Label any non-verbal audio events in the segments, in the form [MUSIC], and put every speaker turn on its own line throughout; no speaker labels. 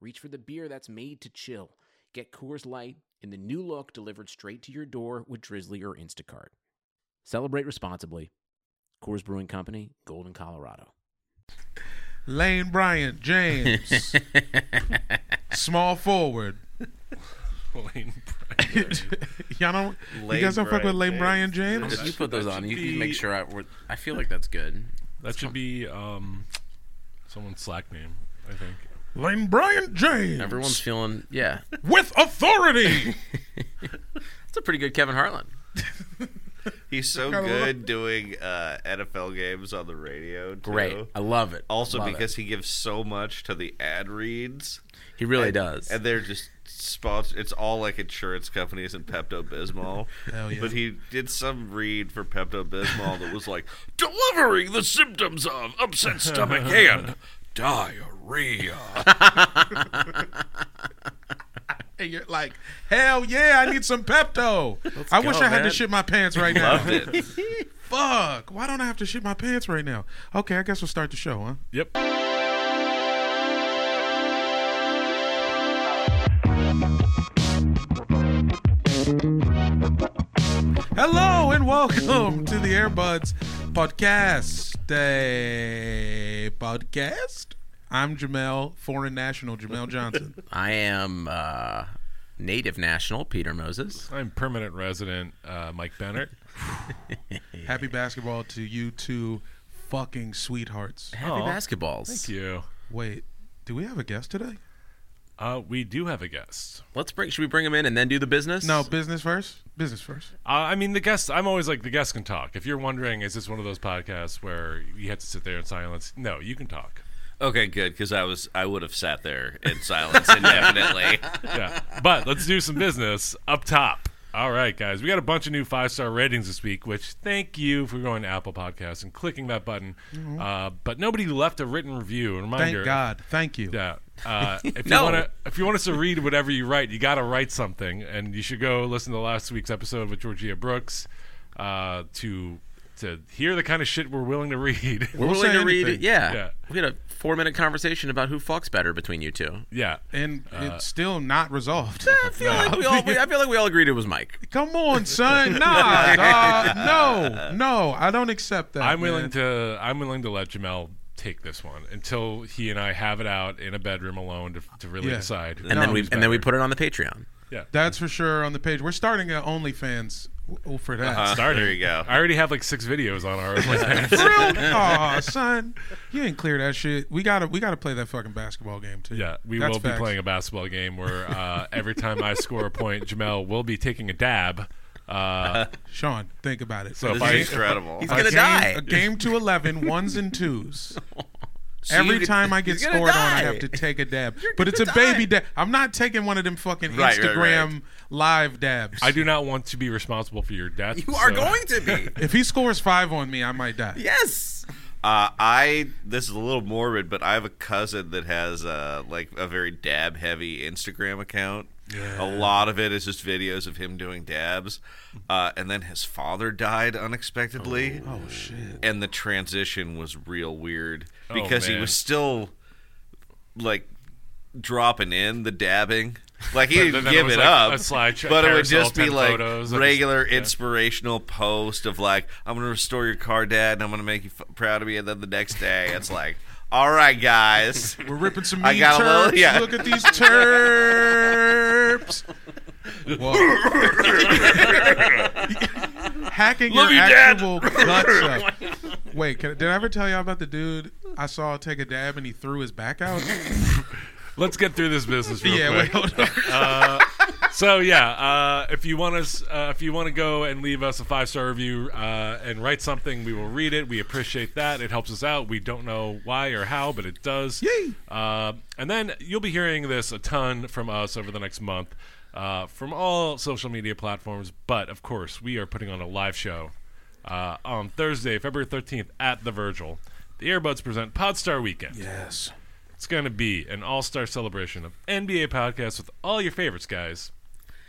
reach for the beer that's made to chill. Get Coors Light in the new look delivered straight to your door with Drizzly or Instacart. Celebrate responsibly. Coors Brewing Company, Golden, Colorado.
Lane Bryant,
[LAUGHS]
James, small forward.
Lane Bryant.
[LAUGHS] Y'all don't.
Lane
you guys don't fuck with
Bryant
Lane Bryant James.
That
you
should-
put those
that
on.
should
You, you make
be-
sure I. we're- I feel like that's good.
That should be um, someone's Slack name, I think.
Lane Bryant James.
Everyone's feeling. Yeah,
with authority.
it's a pretty good Kevin Harlan.
He's so
Kinda
good doing uh, NFL games on the radio. Too.
Great, I love it.
Also,
Love it.
because he gives so much to the ad reads,
he really does.
and they're just sponsor. It's all like insurance companies and Pepto Bismol.
[LAUGHS] Hell yeah.
But he did some read for Pepto Bismol that
[LAUGHS]
was like [LAUGHS] delivering the symptoms of upset stomach and
Diarrhea.
and you're like, hell yeah, I need some Pepto. I wish
go,
I had to
man.
shit my pants right now.
loved it.
Fuck. Why don't I have to shit my pants right now? Okay, I guess we'll start the show, huh?
yep.
Hello and welcome to the Airbuds podcast. eh, podcast. I'm Jamel, foreign national Jamel Johnson.
I am uh, native national Peter Moses.
[LAUGHS] I'm permanent resident uh, Mike Bennett.
Happy basketball to you two fucking sweethearts.
Happy
Aw,
basketballs.
Thank you.
Wait, do we have a guest today?
Uh, we do have a guest.
Let's bring. Should we bring him in and then do the business?
No, business first. Business first.
Uh, I mean, the guest. I'm always like the guest can talk. If you're wondering, is this one of those podcasts where you have to sit there in silence? No, you can talk.
Okay, good because I was I would have sat there in silence indefinitely.
[LAUGHS]
yeah. But let's do some business up top. All right, guys. We got a bunch of new five star ratings this week, which thank you for going to Apple Podcasts and clicking that button. Uh, but nobody left a written review. A Reminder.
Thank God. Thank you.
Yeah. Uh,
[LAUGHS]
if you
No.
want to, if you want us to read whatever you write, you got to write something, and you should go listen to last week's episode with Georgia Brooks uh, to to hear the kind of shit we're willing to read.
We're
We'll
willing
say
to read it.
anything.
Yeah.
[LAUGHS] Yeah.
We had a four minute conversation about who fucks better between you two.
yeah.
And it's still not resolved.
I feel like we all. we- I feel like we all agreed it was Mike.
Come on, [LAUGHS] son. Nah, dog. No, no. I don't accept that.
I'm willing
man.
to. I'm willing to let Jamel take this one until he and I have it out in a bedroom alone to, to really
Yeah.
decide.
And
And
No,
then we
he's
and then we put it on the Patreon.
yeah.
That's for sure on the page. We're starting at OnlyFans w- for that.
started.
There you go.
I already have like six videos on
[LAUGHS]
our
[LAUGHS]
OnlyFans.
For real? Aw, son. You ain't clear that shit. We gotta we gotta play that fucking basketball game too.
[LAUGHS] yeah, we
That's
will
facts.
be playing a basketball game where uh, every time I score a point, Jamel will be taking a dab. Uh,
Sean, think about it.
so
This
if
is
I,
incredible.
He's
a
gonna
game,
die.
A game to 11, ones and twos.
So you
Every
could-
time
[LAUGHS]
I get
gonna
scored on, I
die.
have to take a dab. But
gonna
it's a baby
die.
dab. I'm not taking one of them fucking
Right, right,
Instagram
right.
live dabs.
I do not want to be responsible for your death.
You are
so- [LAUGHS]
going to
[LAUGHS]
be.
If he scores five on me, I might die.
yes.
Uh, I this is a little morbid, but I have a cousin that has uh, like a very dab heavy Instagram account. A lot of it is just videos of him doing dabs, uh, and then his father died unexpectedly. Oh, shit! And the transition was real weird because he
Oh, man.
was still like dropping in the dabbing. Like he didn't
then there
give
was,
it
like,
up,
a slideshow-
but it would
carousel
just be
10
like
photos of his-
regular inspirational post of like, I'm gonna restore your car, Dad, and I'm gonna make you f- proud of me. And then the next day, it's like, all right, guys,
We're ripping some
I
mean
got a
turps.
little- yeah.
Look at these terps.
[LAUGHS]
Whoa. Hacking
Love
your
you, Dad.
actual guts
[LAUGHS]
up. Wait, can, did I ever tell y'all about the dude I saw take a dab and he
[LAUGHS]
threw his back out?
Let's get through this business real
yeah, wait,
quick.
hold on.
So yeah, uh, if you want us, uh, if you want to go and leave us a five star review uh, and write something, we will read it. We appreciate that. It helps us out. We don't know why or how, but it does.
Yay.
Uh, and then you'll be hearing this a ton from us over the next month uh, from all social media platforms. But of course, we are putting on a live show uh, on Thursday, February thirteenth, at the Virgil. The Earbuds present Podstar Weekend.
Yes.
It's going to be an all star celebration of NBA podcasts with all your favorites, guys.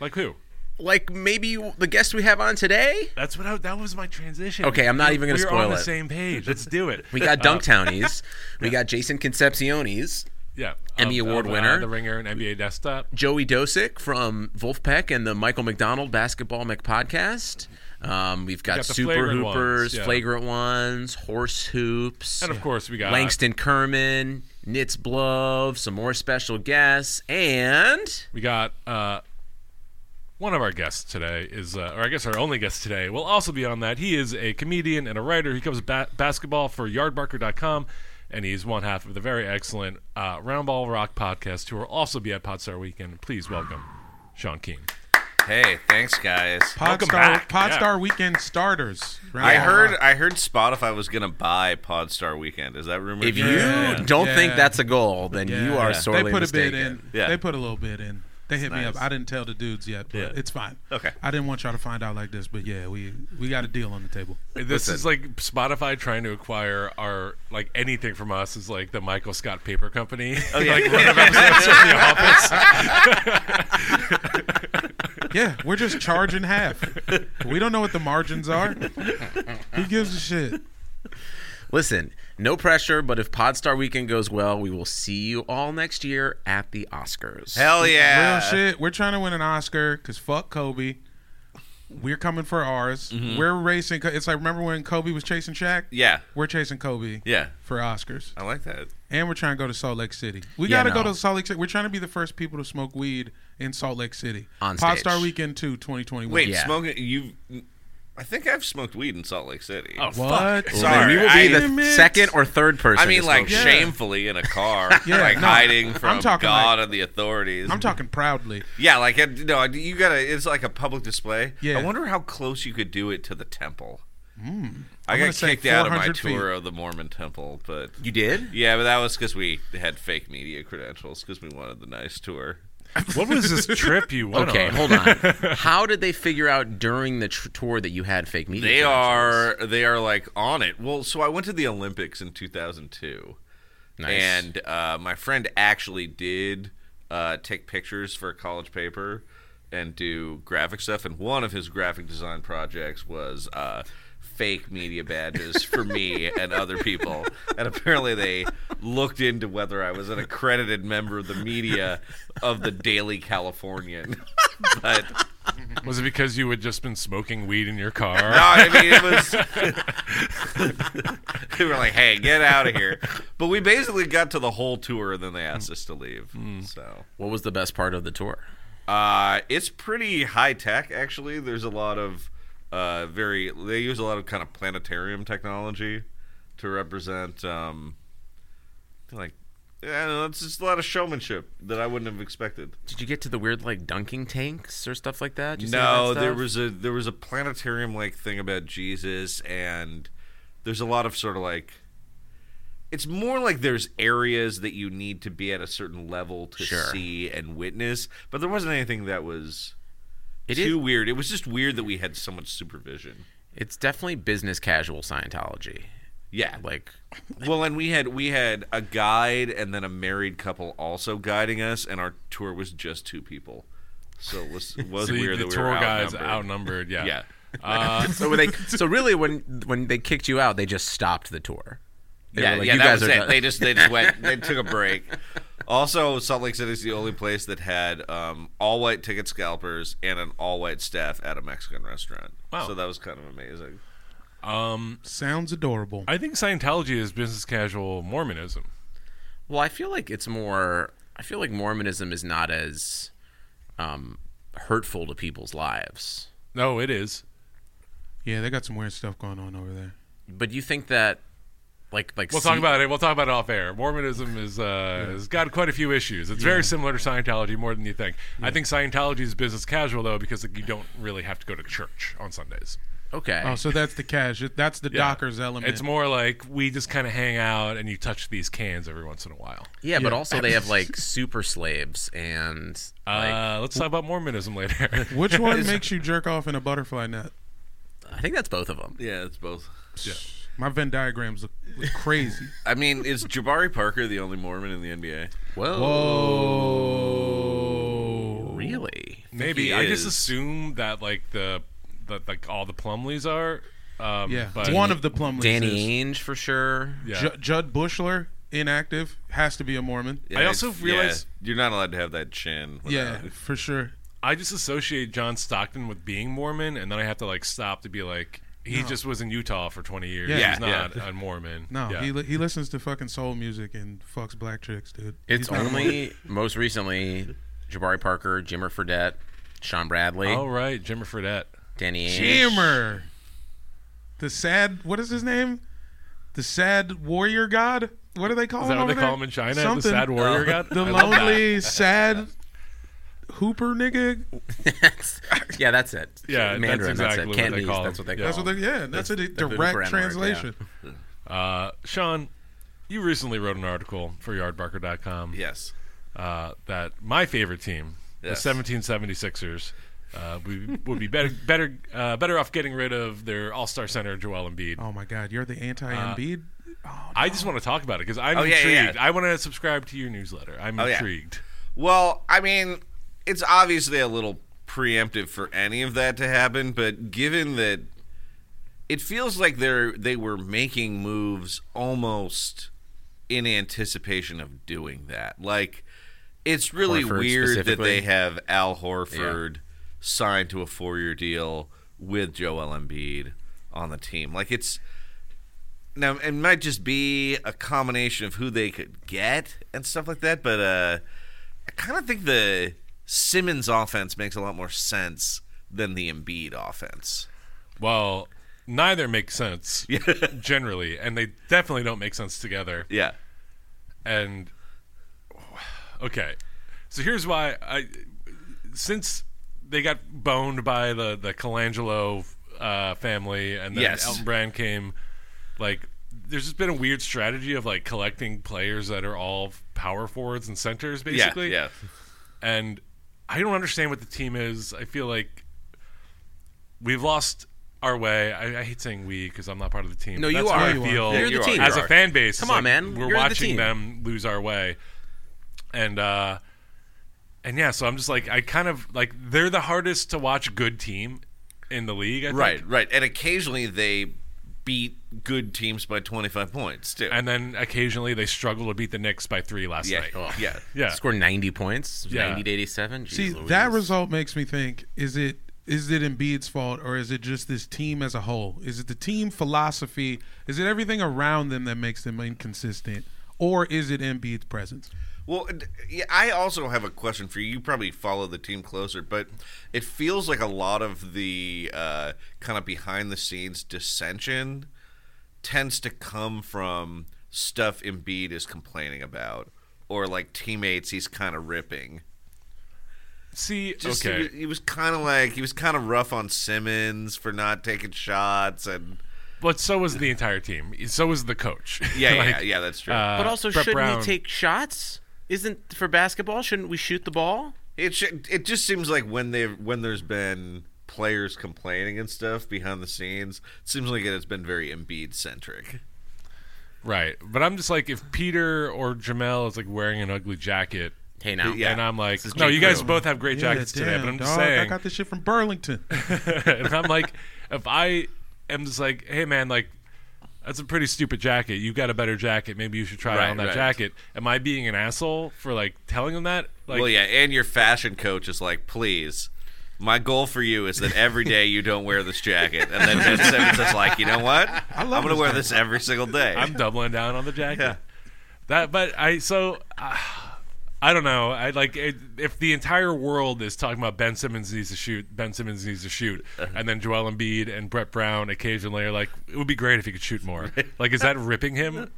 Like who?
Like maybe the guest we have on today.
That's what I, that was my transition.
Okay, I'm not even gonna
We're
spoil
on the
it.
same page. Let's do it.
[LAUGHS] We got
Uh,
Dunktownies. [LAUGHS] we got Jason Concepciones,
yeah,
Emmy
Of-
Award
of, uh,
winner.
The Ringer, and NBA Desktop.
Joey Dosick from Wolfpack and the Michael McDonald Basketball McPodcast. Um, we've got,
got the
Super
flagrant
Hoopers,
ones, yeah.
Flagrant Ones, Horse Hoops,
And of course, we got
Langston Kerman, Nitz Blove, some more special guests, and
We got uh, one of our guests today is, uh, or I guess our only guest today will also be on that. He is a comedian and a writer. He covers ba- basketball for yardbarker.com, and he's one half of the very excellent uh, Roundball Rock podcast, who will also be at Podstar Weekend. Please welcome Sean Keane.
Hey, thanks, guys.
Welcome
Podstar
back.
Podstar
Yeah.
Weekend starters.
I
Right?
heard I heard Spotify was gonna buy Podstar Weekend. Is that rumored?
if
Yeah.
you don't think
Yeah.
that's a goal, then you are
Yeah.
they
sorely
put
mistaken.
a bid in.
Yeah.
They put a little bid in. They hit me
nice.
up. I didn't tell the dudes yet, but
Yeah.
it's fine.
Okay.
I didn't want y'all to find out like this, but yeah, we we got a deal on the table.
This is like Spotify trying to acquire our like anything from us is like the Michael Scott
[LAUGHS]
Paper Company.
[LAUGHS]
Oh,
yeah.
like one of our episodes of The Office.
Yeah, we're just charging half. We don't know what the margins are. Who gives a shit?
Listen, no pressure, but if Podstar Weekend goes well, we will see you all next year at the Oscars.
Hell yeah.
Real shit. We're trying to win an Oscar because fuck Kobe. We're coming for ours.
Mm-hmm.
We're racing. It's like remember when Kobe was chasing Shaq?
Yeah.
We're chasing Kobe.
Yeah.
For Oscars.
I like that.
And we're trying to go to Salt Lake City. We
Yeah,
got to go
no.
to Salt Lake City. We're trying to be the first people to smoke weed in Salt Lake City.
On
Podstar
stage.
Weekend 2 2021.
Wait,
Yeah.
smoking you I think I've smoked weed in Salt Lake City.
Oh, fuck.
what?
Well, then
Sorry,
we will be
I-
the
Damn it.
second or third person.
I mean
to
like
smoke.
Yeah.
shamefully in a car.
[LAUGHS] Yeah,
like
no,
hiding
I'm
from
talking
God and the authorities.
I'm talking proudly.
Yeah, like uh, no, you gotta. It's like a public display.
Yeah. Hmm.
I wonder how close you could do it to the temple. I
gonna
got
say
kicked out of my
400 feet.
tour of the Mormon temple, but
you did.
yeah, but that was because we had fake media credentials because we wanted the nice tour.
What was this trip you went
Okay,
on?
hold on.
[LAUGHS]
How did they figure out during the tr- tour that you had fake media?
They
credentials?
are they are like on it. Well, so I went to the Olympics in 2002,
Nice.
and uh, my friend actually did uh, take pictures for a college paper and do graphic stuff. And one of his graphic design projects was uh, fake media badges for
[LAUGHS]
me and other people. And apparently, they looked into whether I was an accredited member of the media of the Daily Californian, but.
Was it because you had just been smoking weed in your car?
[LAUGHS] No, I mean it was. [LAUGHS] they were like, "Hey, get out of here!" But we basically got to the whole tour, and then they asked us to leave. So
What was the best part of the tour?
uh, it's pretty high tech, actually. There's a lot of uh, very. They use a lot of kind of planetarium technology to represent, um, like, I don't know. It's just a lot of showmanship that I wouldn't have expected.
Did you get to the weird like dunking tanks or stuff like that? Did you see all
No,
that
there
stuff?
was a there was a planetarium like thing about Jesus, and there's a lot of sort of like. It's more like there's areas that you need to be at a certain level to
Sure.
see and witness, but there wasn't anything that was
It
too
is.
weird. It was just weird that we had so much supervision.
It's definitely business casual Scientology.
Yeah,
Like
well, and we had we had a guide and then a married couple also guiding us, and our tour was just two people, so it was it was
So you-
weird
the
that we
tour
were
guys
outnumbered.
outnumbered. Yeah.
Yeah.
Uh,
so [LAUGHS] were they so really when when they kicked you out, they just stopped the tour. They were like, you
that
guys
was
are
it.
done."
They just they just went. They took a break. Also, Salt Lake City is the only place that had um, all white ticket scalpers and an all white staff at a Mexican restaurant.
Wow.
So that was kind of amazing.
Sounds adorable.
I think Scientology is business casual Mormonism.
Well, I feel like it's more. I feel like Mormonism is not as um, hurtful to people's lives.
No, it is.
Yeah, they got some weird stuff going on over there.
But you think that like like
We'll
se-
talk about it. We'll talk about it off air. Mormonism is uh, has got quite a few issues. It's very similar to Scientology, more than you think. I think Scientology is business casual though, because like, you don't really have to go to church on Sundays.
Okay.
Oh, so that's the cash. That's the Dockers element.
It's more like we just kind of hang out and you touch these cans every once in a while.
yeah, but also they have like super slaves and like
uh, let's talk about Mormonism later.
Which
[LAUGHS]
one makes you jerk off in a butterfly net?
I think that's both of them.
Yeah, it's both.
My Venn diagrams look, look
[LAUGHS]
crazy.
I mean, is Jabari Parker the only Mormon in the NBA?
Whoa.
Whoa.
Really?
[LAUGHS] Maybe
he
I
is.
just assume that like the that like all the Plumleys are. Um,
Yeah.
but
One of the Plumleys.
Danny
is.
Ainge for sure.
Yeah.
Ju- Judd Bushler, inactive, has to be a Mormon.
Yeah,
I also
it's-
realize-
yeah, you're not allowed to have that chin.
Yeah,
without-
for sure.
I just associate John Stockton with being Mormon, and then I have to like stop to be like, he just was in Utah for 20 years.
Yeah.
He's
Yeah.
not a Mormon.
No,
Yeah.
he, li- he listens to fucking soul music and fucks black chicks, dude.
It's
He's not a Mormon.
only [LAUGHS] most recently Jabari Parker, Jimmer Fredette, Sean Bradley,
All right, Jimmer Fredette.
Danny Ainge.
Jimmer. The sad, what is his name? The sad warrior god? What do they call
Is
him?
that what
over
they call
there?
him in China? The
Something. Oh.
sad warrior god?
The
I love that.
lonely, sad hooper nigga.
That's-
[LAUGHS]
yeah, that's it.
Yeah, that's
Mandarin. That's,
exactly what
it. Can't
they
be.
call him.
That's what they
Yeah.
call.
That's what they, yeah, that's a
Hooper
direct
Anarch,
translation.
Uh, Sean, you recently wrote an article for yardbarker.com
Yes.
uh, that my favorite team,
Yes.
the 1776ers, uh, we would be better better uh, better off getting rid of their All Star center Joel Embiid.
Oh my god, you're the anti-Embiid. Oh,
I just want to talk about it because I'm
Oh, yeah, yeah,
intrigued.
yeah. Oh,
I want to subscribe to your newsletter. I'm
yeah.
intrigued.
Well, I mean, it's obviously a little preemptive for any of that to happen, but given that it feels like they're they were making moves almost in anticipation of doing that. Like it's really
Horford
weird that
specifically?
they have Al Horford signed to a four-year deal with Joel Embiid on the team. Like it's now it might just be a combination of who they could get and stuff like that, but uh, I kind of think the Simmons offense makes a lot more sense than the Embiid offense.
Well, neither
[LAUGHS]
makes sense generally, and they definitely don't make sense together.
Yeah,
And okay, so here's why I since they got boned by the the Colangelo uh, family, and then
Yes.
Elton Brand came. Like, there's just been a weird strategy of like collecting players that are all power forwards and centers, basically.
yeah,
and I don't understand what the team is. I feel like we've lost our way. I, I hate saying we because I'm not part of the team.
No,
but
you
that's
are.
how I
No, you
feel
are. You're the
You team. are.
as
You
a
are.
fan base.
Come
it's
on,
like
man.
We're
You're the
watching
team.
them lose our way, and uh, and yeah. So I'm just like I kind of like they're the hardest to watch good team in the league. I think.
right, right. And occasionally they beat good teams by 25 points too.
And then occasionally they struggle to beat the Knicks by three last
yeah,
night.
Oh,
yeah.
Yeah.
Scored 90 points,
Yeah.
90 to 87. Jeez
See,
Louise.
that result makes me think: is it is it Embiid's fault, or is it just this team as a whole? Is it the team philosophy? Is it everything around them that makes them inconsistent, or is it Embiid's presence?
Well, d- yeah, I also have a question for you. You probably follow the team closer, but it feels like a lot of the uh, kind of behind the scenes dissension tends to come from stuff Embiid is complaining about or like teammates he's kind of ripping.
See,
Just
okay.
he, was- he was kind of like he was kind of rough on Simmons for not taking shots and
But so was the entire team. So was the coach. [LAUGHS]
yeah, yeah,
[LAUGHS] Like, uh,
yeah, yeah, that's true.
But also,
Brett
shouldn't
Brown.
we take shots? Isn't for basketball? Shouldn't we shoot the ball?
It should, it just seems like when they when there's been players complaining and stuff behind the scenes, it seems like it has been very Embiid centric.
Right. But I'm just like, if Peter or Jamel is like wearing an ugly jacket,
Hey, now.
Yeah.
and I'm like,
is
no,
Jake
you guys
Rowe.
both have great
Yeah,
jackets today, but I'm
damn,
just
dog, I
saying.
got this shit from
[LAUGHS]
Burlington.
[LAUGHS]
[LAUGHS]
and I'm like, if I am just like, hey, man, like, that's a pretty stupid jacket. You got a better jacket. Maybe you should try
Right,
on that
right.
jacket. Am I being an asshole for like telling them that? Like,
well, yeah, and your fashion coach is like, please. My goal for you is that every day you don't wear this jacket, and then Ben Simmons is like, you know what? I
love
am gonna
this
wear
guy."
this every single day.
I'm doubling down on the jacket. That, but I so uh, I don't know. I like it, if the entire world is talking about Ben Simmons needs to shoot. Ben Simmons needs to shoot, and then Joel Embiid and Brett Brown occasionally are like, it would be great if he could shoot more. like, is that ripping him?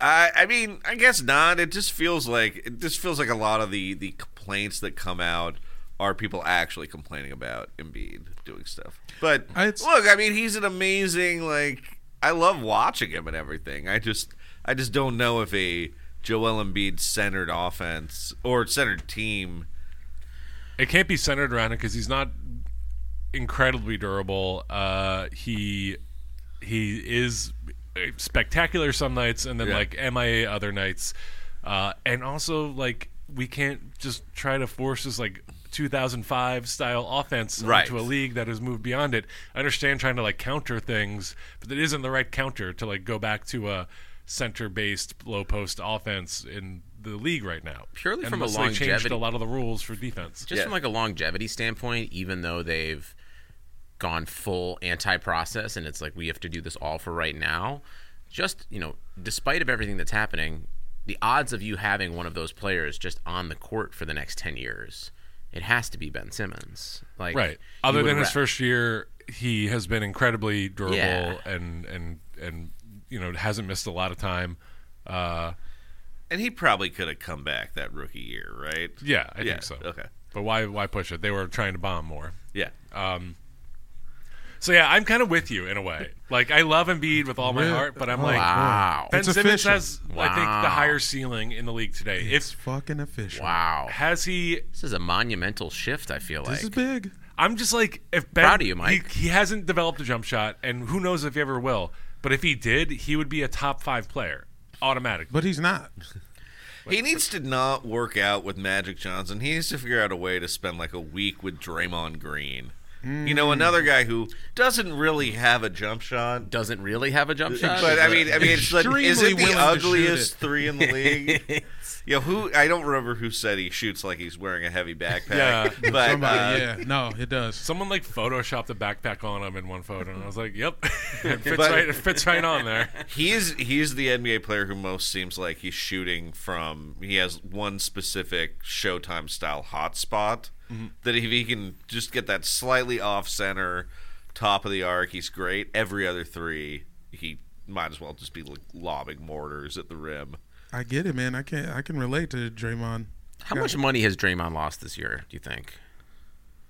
I I mean, I guess not. It just feels like it just feels like a lot of the the complaints that come out are people actually complaining about Embiid doing stuff. But
I- it's-
look, I mean, he's an amazing like I love watching him and everything. I just I just don't know if a Joel Embiid centered offense or centered team.
It can't be centered around him because he's not incredibly durable. Uh, he he is spectacular some nights, and then
Yeah.
like MIA other nights, uh, and also like we can't just try to force this like 2005 style offense
Right.
into a league that has moved beyond it. I understand trying to like counter things, but it isn't the right counter to like go back to a center based low post offense in the league right now.
Purely
And
from a
unless they changed
longevity-
a lot of the rules for defense.
just
Yeah.
from like a longevity standpoint, even though they've gone full anti-process and it's like we have to do this all for right now, just you know, despite of everything that's happening, the odds of you having one of those players just on the court for the next ten years, it has to be Ben Simmons. Like
Right.
you
Other
would
than his
ra-
first year, he has been incredibly durable
Yeah.
and and and you know hasn't missed a lot of time. Uh,
And he probably could have come back that rookie year, right?
yeah, I
Yeah,
think so.
okay.
But why why push it? They were trying to bomb more.
Yeah.
So yeah, I'm kind of with you in a way. Like I love Embiid with all my
Really?
heart, but I'm
Oh,
like
Wow.
Ben
It's
Simmons
official.
has I think the
Wow.
higher ceiling in the league today.
It's
If
fucking official.
Wow.
has he
This is a monumental shift, I feel
This is
like.
big.
I'm just like if Ben,
Proud of you, Mike.
He, he hasn't developed a jump shot, and who knows if he ever will. But if he did, he would be a top five player automatically.
But he's
[LAUGHS]
not.
He needs to not work out with Magic Johnson. He needs to figure out a way to spend like a week with Draymond Green. You
Hmm.
know, another guy who doesn't really have a jump shot.
Doesn't really have a jump shot.
But I mean, I mean, it's like, is
Extremely
it
willing
the
to
ugliest
shoot
three in the league?
[LAUGHS]
yeah, who? I don't remember who said he shoots like he's wearing a heavy
Yeah.
backpack. but
Somebody,
uh,
yeah, no, it does.
Someone like photoshopped a backpack on him in one photo, and I was like, "Yep, [LAUGHS] it fits
But-
right. It fits right on there."
he's he's the NBA player who most seems like he's shooting from. He has one specific Showtime style hotspot
Mm-hmm.
that if he can just get that slightly off center, top of the arc, he's great. Every other three, he might as well just be like lobbing mortars at the rim.
I get it, man. I can not I can relate to Draymond.
How much money has Draymond lost this year, do you think?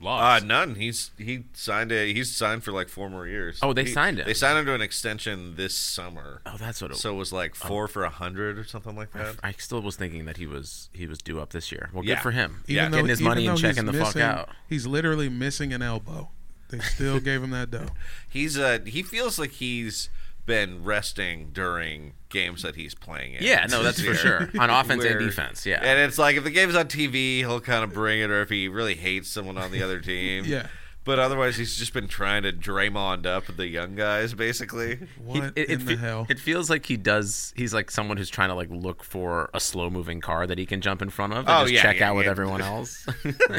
Uh,
Lost.
none. He's he signed a he's signed for like four more years.
Oh, they
He-
signed him.
They signed him to an extension this summer.
Oh, that's what Oh. it
So it was like four for a hundred or something like that.
I still was thinking that he was he was due up this year. Well,
Yeah.
good for him.
Yeah.
Even though-
Getting his
even
money and
though
checking the
he's
fuck
missing-
out.
He's literally missing an elbow. They still gave him that dough.
He's uh he feels like he's been resting during games that he's playing in.
Yeah, no, that's for
this year.
sure.
[LAUGHS]
On offense
Where-
and defense, yeah.
And it's like if the game's on TV, he'll kind of bring it, or if he really hates someone on the
[LAUGHS]
other team.
Yeah.
But otherwise, he's just been trying to Draymond up the young guys, basically.
He-
What
it, it
in the
fe-
hell?
it feels like he does. He's like someone who's trying to like look for a slow moving car that he can jump in front of and
Oh,
just
yeah,
check
yeah,
out with
yeah. [LAUGHS]
everyone else. [LAUGHS]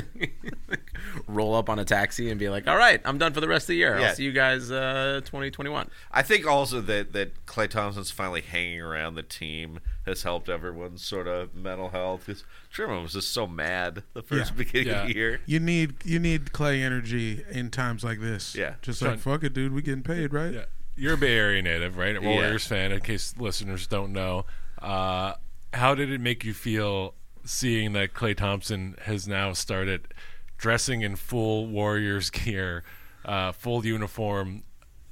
Roll up on a taxi and be like, "All right, I'm done for the rest of the year.
Yeah.
I'll see you guys uh, 2021."
I think also that that Clay Thompson's finally hanging around the team has helped everyone's sort of mental health. Because Draymond was just so mad the first
Yeah.
beginning of
Yeah.
the year.
you need you need clay energy in times like this.
Yeah.
Just
Son.
like fuck it, dude. We getting paid, right?
yeah. You're a Bay Area native, right? A
Yeah.
Warriors fan. In case listeners don't know, uh, how did it make you feel seeing that Clay Thompson has now started dressing in full Warriors gear, uh, full uniform,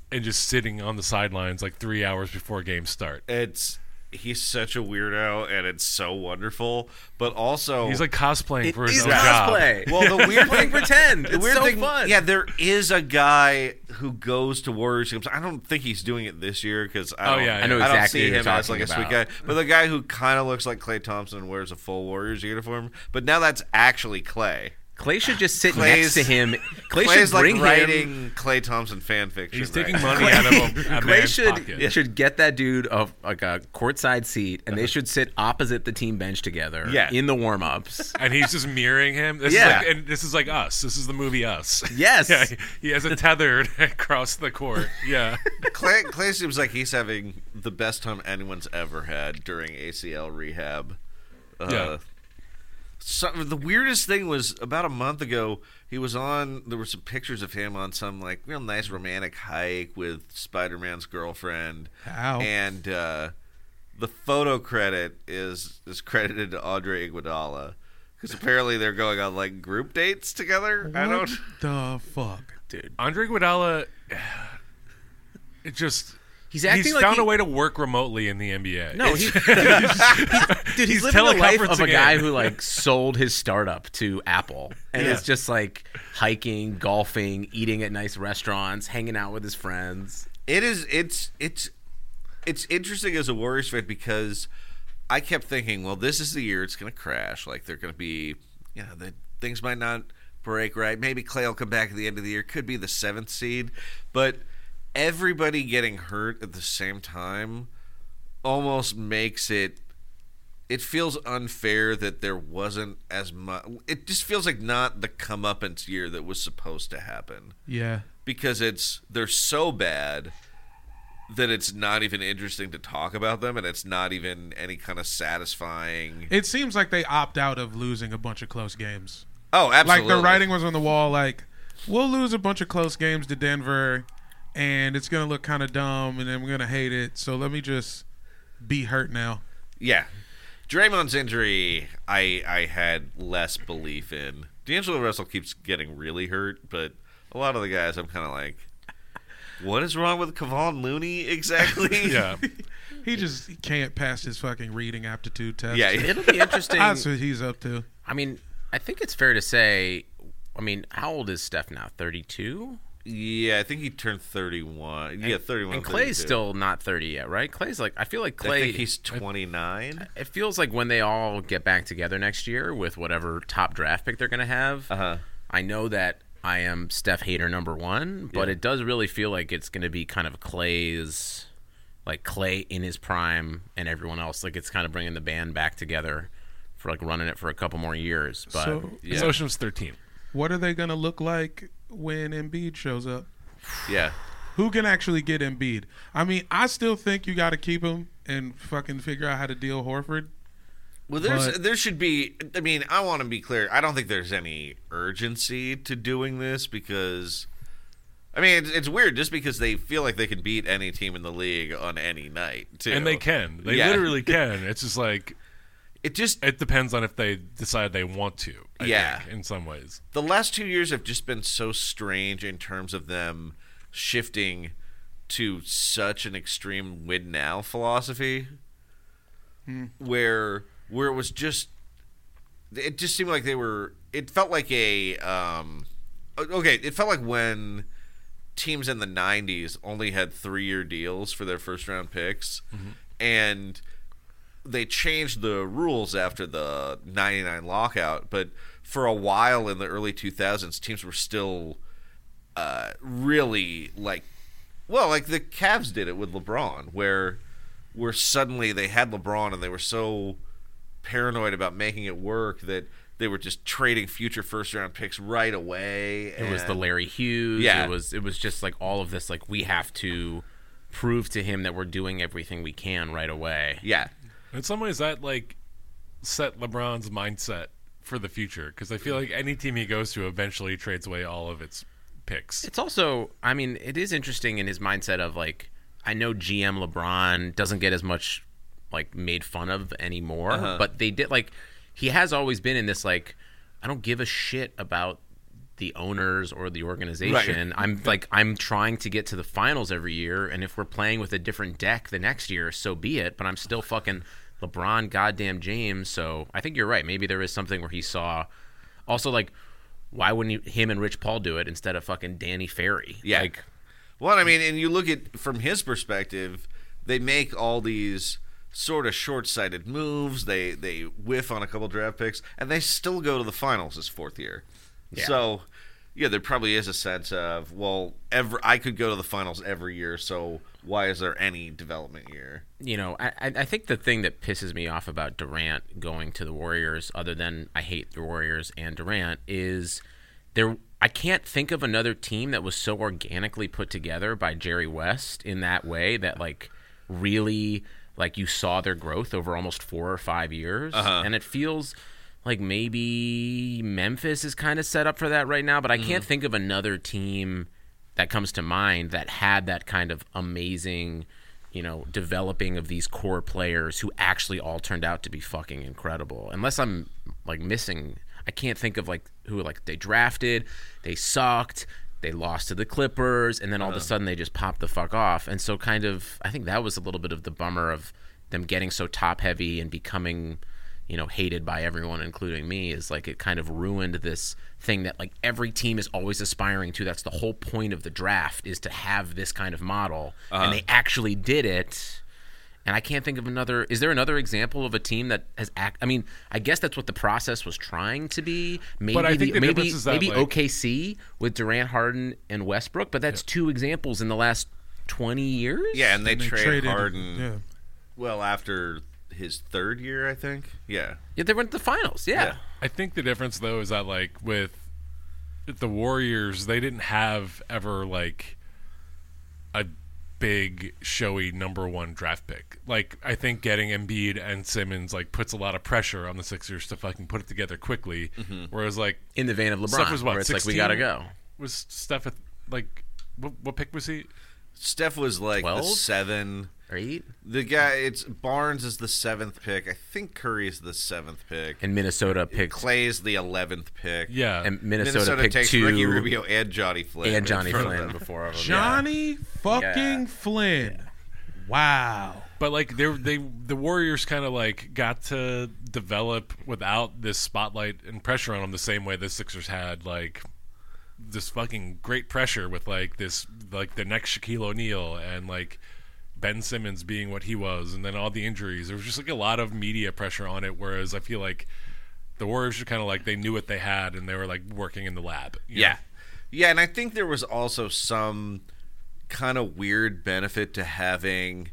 and just sitting on the sidelines like three hours before games start?
It's he's such a weirdo, and it's so wonderful. But also,
He's like cosplaying for his
He's
own job.
cosplay.
Well, the
[LAUGHS]
weird
Fucking
thing,
pretend.
the
It's
weird
so
thing,
fun.
yeah, there is a guy who goes to Warriors games. I don't think he's doing it this year because I
Oh,
don't,
yeah, yeah. I
I,
know
don't
exactly
see
who you're
him as like
talking
a sweet guy.
about.
But the guy who kind of looks like Clay Thompson and wears a full Warriors uniform, but now that's actually Clay.
Clay should just sit
Clay's-
next to him. Clay
Clay's
should
like
bring [LAUGHS]
writing
him.
Clay Thompson fan fiction.
He's
right
taking
[LAUGHS] now.
money out of a, a
Clay
man's
should
pocket.
should get that dude of like a courtside seat, and they should sit opposite the team bench together.
Yeah.
in the
[LAUGHS]
warm ups.
and he's just mirroring him. This
Yeah.
is like, and this is like us. This is the movie Us. [LAUGHS]
Yes.
yeah, he- he has a tethered [LAUGHS] across the court. Yeah,
Clay, Clay seems like he's having the best time anyone's ever had during ACL rehab. Uh,
Yeah.
So, the weirdest thing was about a month ago. He was on. There were some pictures of him on some like real nice romantic hike with Spider Man's girlfriend.
Ow.
And uh, the photo credit is is credited to Andre Iguodala because apparently they're going on like group dates together. I
What
don't.
the fuck?
Andre Iguodala, [SIGHS] it just
He's
he's,
acting like
found
he-
a way to work remotely in the NBA. [LAUGHS]
No, he, dude, [LAUGHS] he's,
He's
living the life of a
teleconferencing
guy
it.
who
[LAUGHS]
like sold his startup to Apple, and
Yeah.
it's just like hiking, golfing, eating at nice restaurants, hanging out with his friends.
It is. It's. It's. It's interesting as a Warriors fan because I kept thinking, well, this is the year it's going to crash. Like they're going to be, you know, the, things might not break right. Maybe Clay will come back at the end of the year. Could be the seventh seed, but everybody getting hurt at the same time almost makes it it feels unfair that there wasn't as much it just feels like not the comeuppance year that was supposed to happen
Yeah.
because it's they're so bad that it's not even interesting to talk about them and it's not even any kind of satisfying
It seems like they opt out of losing a bunch of close games.
oh absolutely
Like the writing was on the wall. Like we'll lose a bunch of close games to Denver, and it's gonna look kind of dumb, and then we're gonna hate it. So let me just be hurt now.
yeah Draymond's injury I I had less belief in D'Angelo Russell keeps getting really hurt but a lot of the guys I'm kind of like what is wrong with Kevon Looney
[LAUGHS]
exactly
yeah.
He just he can't pass his fucking reading aptitude test.
[LAUGHS] yeah yeah.
It'll be [LAUGHS] interesting.
that's what he's up to.
I mean, I think it's fair to say. I mean, how old is Steph now? Thirty-two.
yeah I think he turned 31 yeah 31
And Clay's
32.
still not thirty yet, right? Clay's like I feel like
I
Clay.
think he's 29
it feels like when they all get back together next year with whatever top draft pick they're going to have.
Uh-huh.
I know that I am Steph hater number one, but it does really feel like it's going to be kind of Clay's, like Clay in his prime and everyone else. Like it's kind of bringing the band back together for like running it for a couple more years. But
So
His Ocean was 13.
what are they gonna look like when Embiid shows up?
yeah
Who can actually get Embiid? I mean, I still think you got to keep him and fucking figure out how to deal Horford.
Well, there's
But-
there should be. I mean, I want to be clear. I don't think there's any urgency to doing this because, I mean, it's, it's weird just because they feel like they can beat any team in the league on any night too.
And they can. They
Yeah.
literally
[LAUGHS]
can. It's just like
It just
it depends on if they decide they want to. I
Yeah.
think, in some ways.
the last two years have just been so strange in terms of them shifting to such an extreme win now philosophy where where it was just it just seemed like they were it felt like a um okay it felt like when teams in the 90s only had three year deals for their first round picks
Mm-hmm.
and they changed the rules after the 99 lockout but for a while in the early 2000s teams were still uh, really like well like the Cavs did it with LeBron where where suddenly they had LeBron and they were so paranoid about making it work that they were just trading future first round picks right away
It was the Larry Hughes.
Yeah.
It was it was just like all of this like we have to prove to him that we're doing everything we can right away.
yeah
In some ways, that like set LeBron's mindset for the future because I feel like any team he goes to eventually trades away all of its picks.
It's also, I mean, it is interesting in his mindset of like, I know GM LeBron doesn't get as much like made fun of anymore, but they did like he has always been in this like, I don't give a shit about the owners or the organization. I'm like I'm trying to get to the finals every year, and if we're playing with a different deck the next year, so be it. But I'm still fucking LeBron, goddamn James. So I think you're right. Maybe there is something where he saw, also like, why wouldn't he, him and Rich Paul do it instead of fucking Danny Ferry?
Yeah.
Like,
Well, I mean, and you look at from his perspective, they make all these sort of short-sighted moves. They they whiff on a couple draft picks, and they still go to the finals this fourth year. So, yeah, there probably is a sense of well, ever I could go to the finals every year, so why is there any development year?
you know, I, I I think the thing that pisses me off about Durant going to the Warriors, other than I hate the Warriors and Durant, is there. I can't think of another team that was so organically put together by Jerry West in that way that like really like you saw their growth over almost four or five years, and it feels like maybe Memphis is kind of set up for that right now. But I can't think of another team that comes to mind that had that kind of amazing, you know, developing of these core players who actually all turned out to be fucking incredible. Unless I'm like missing, I can't think of like who like they drafted, they sucked, they lost to the Clippers, and then all of a sudden they just popped the fuck off. And so kind of, I think that was a little bit of the bummer of them getting so top heavy and becoming you know hated by everyone including me is like it kind of ruined this thing that like every team is always aspiring to that's the whole point of the draft is to have this kind of model
Uh-huh.
and they actually did it and i can't think of another is there another example of a team that has act i mean i guess that's what the process was trying to be maybe
I think
the-
the
maybe
difference is that,
maybe
like-
okc with durant harden and westbrook but that's two examples in the last 20 years
Yeah, and they,
They
trade
traded-
Harden.
Yeah.
Well, after his third year, I think. Yeah.
yeah they went to the finals yeah,
Yeah.
I think the difference though is that like with the Warriors, they didn't have ever like a big showy number one draft pick. Like I think getting Embiid and Simmons like puts a lot of pressure on the Sixers to fucking put it together quickly. Whereas like
in the vein of lebron
Steph was what
where it's like
16?
we gotta go
was Steph at, like what, what pick was he?
Steph was like the
12?
seven.
right
The guy, it's Barnes is the seventh pick. I think Curry is the seventh pick.
and Minnesota picked
Clay's the eleventh pick.
Yeah,
and Minnesota,
Minnesota,
picked
takes
two
Ricky Rubio and Johnny Flynn.
and Johnny
in front of
Flynn
them.
before of them.
Johnny fucking Flynn. Wow.
But like they they the Warriors kind of like got to develop without this spotlight and pressure on them the same way the Sixers had like this fucking great pressure with like this like the next Shaquille O'Neal and like Ben Simmons being what he was and then all the injuries. There was just like a lot of media pressure on it whereas I feel like the Warriors were kind of like they knew what they had and they were like working in the lab. you
Yeah.
know?
Yeah, and I think there was also some kind of weird benefit to having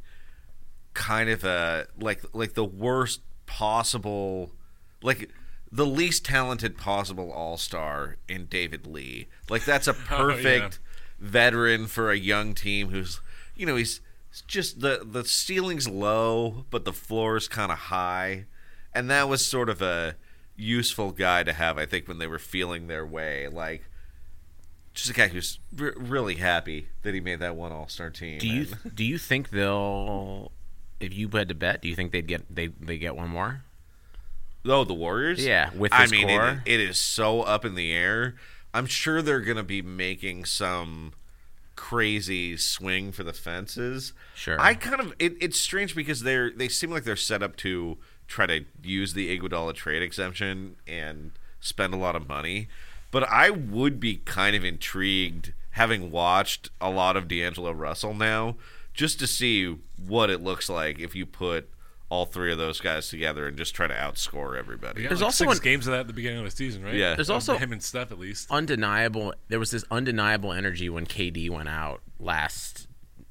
kind of a like like the worst possible like the least talented possible all-star in David Lee. Like that's a perfect veteran for a young team who's you know, he's he's just the the ceiling's low, but the floor is kind of high. And that was sort of a useful guy to have, I think, when they were feeling their way. Like just a guy who's r- really happy that he made that one All Star team.
Do you
And-
do you think they'll? If you had to bet, do you think they'd get they they get one more?
oh, the Warriors?
Yeah, with
I
his
mean, it-
core.
it is so up in the air. I'm sure they're going to be making some crazy swing for the fences.
Sure.
I kind of it, it's strange because they're they seem like they're set up to try to use the Iguodala trade exemption and spend a lot of money. But I would be kind of intrigued having watched a lot of D'Angelo Russell now just to see what it looks like if you put all three of those guys together and just try to outscore everybody.
Yeah,
There's
like
also
six
an-
games of that at the beginning of the season, right?
Yeah. There's
Of
also-
him and Steph at least.
Undeniable. There was this undeniable energy when KD went out last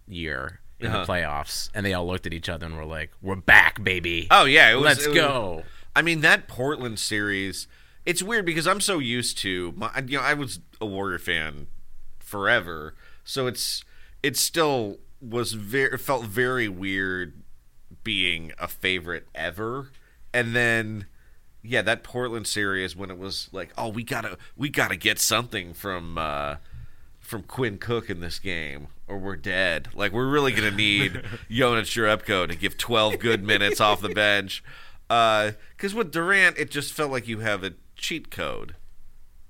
year in
Uh-huh.
the playoffs, and they all looked at each other and were like, "We're back, baby.
Oh yeah, it was,
let's
it was-
go."
I mean that Portland series. It's weird because I'm so used to my, you know I was a Warrior fan forever, so it's it still was very it felt very weird being a favorite ever, and then yeah that Portland series when it was like oh we gotta we gotta get something from uh, from Quinn Cook in this game or we're dead like we're really gonna
[LAUGHS]
need Jonas Jerebko to give twelve good minutes off the bench because with Durant it just felt like you have a cheat code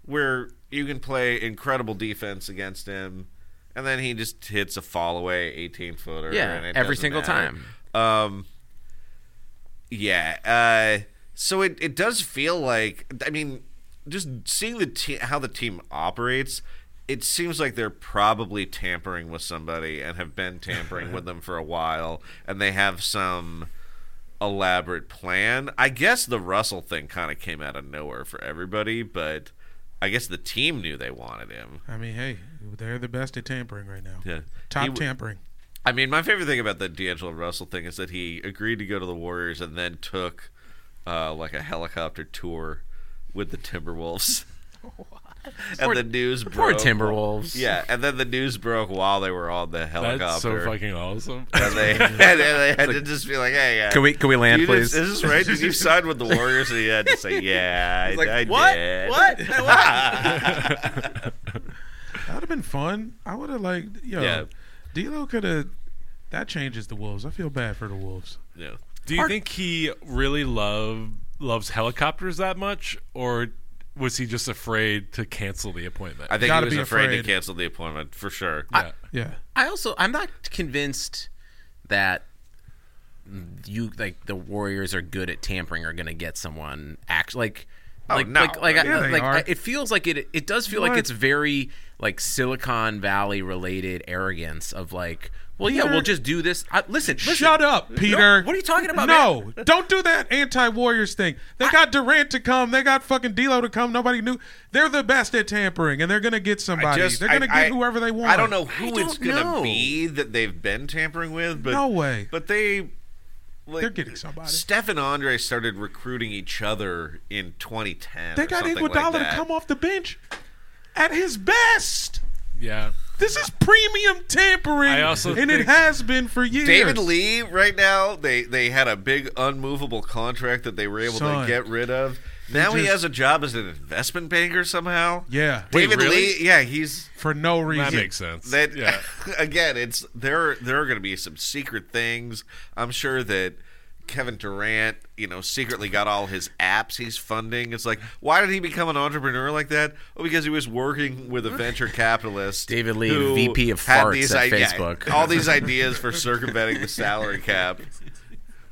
where you can play incredible defense against him, and then he just hits a fall away eighteen footer.
Yeah,
and it
every
doesn't
single
matter.
time.
Um, yeah. Uh, so it it does feel like I mean, just seeing the te- how the team operates. It seems like they're probably tampering with somebody and have been tampering with them for a while, and they have some elaborate plan. I guess the Russell thing kind of came out of nowhere for everybody, but I guess the team knew they wanted him.
I mean, hey, they're the best at tampering right now.
Yeah.
Top
He w-
tampering.
I mean, my favorite thing about the D'Angelo Russell thing is that he agreed to go to the Warriors and then took uh, like a helicopter tour with the Timberwolves. [LAUGHS] and the news
Poor
broke.
Timberwolves.
Yeah, and then the news broke while they were on the helicopter.
That's so fucking awesome.
[LAUGHS] and
[LAUGHS]
they, and, and they had to just be like, "Hey, uh,
Can we can we land,
you
please?
just- is this right? Did
[LAUGHS]
you sign with the Warriors?" And he had to say, "Yeah, I,
like,
I
what?
did."
[LAUGHS] What?
That'd have been fun. I would have like yo,
Yeah.
D'Lo could have. That changes the Wolves. I feel bad for the Wolves.
No.
Do you think he really love loves helicopters that much, or was he just afraid to cancel the appointment?
I think
Gotta
he was
be
afraid,
afraid.
to cancel the appointment for sure.
yeah.
Yeah,
I also I'm not convinced that you like the Warriors are good at tampering are going to get someone act like like
no.
like like, I-
Yeah, they
like
are.
I- it feels like it it does feel like
What?
it's very like Silicon Valley related arrogance of like well yeah
Peter-
we'll just do this I, listen, listen
Shut up,
No,
Peter.
what are you talking about man?
No, don't do that anti-Warriors thing. They got Durant to come. They got fucking D'Lo to come. Nobody knew. They're the best at tampering, and they're gonna get
I
somebody.
just-
they're gonna
I-
get whoever they want.
I don't know who
don't
it's gonna
know.
be that they've been tampering with, but
No way.
But they, like,
They're getting somebody.
Steph and Andre started recruiting each other in 2010.
They
or
got
something like
Iguodala to
that.
come off the bench at his best.
yeah.
This is premium tampering,
I also
and it
think-
has been for years.
David Lee right now they they had a big unmovable contract that they were able
Son.
to get rid of. Now he
just-
has a job as an investment banker somehow.
Yeah. Wait,
David
really?
Lee, yeah, he's
for no reason.
That makes sense.
that
yeah.
[LAUGHS] again, it's there there are going to be some secret things. I'm sure that Kevin Durant, you know, secretly got all his apps he's funding. It's like, why did he become an entrepreneur like that? Well, because he was working with a venture capitalist.
David Lee,
who
VP of
had
farts at
idea-
Facebook.
all these ideas for circumventing the salary cap.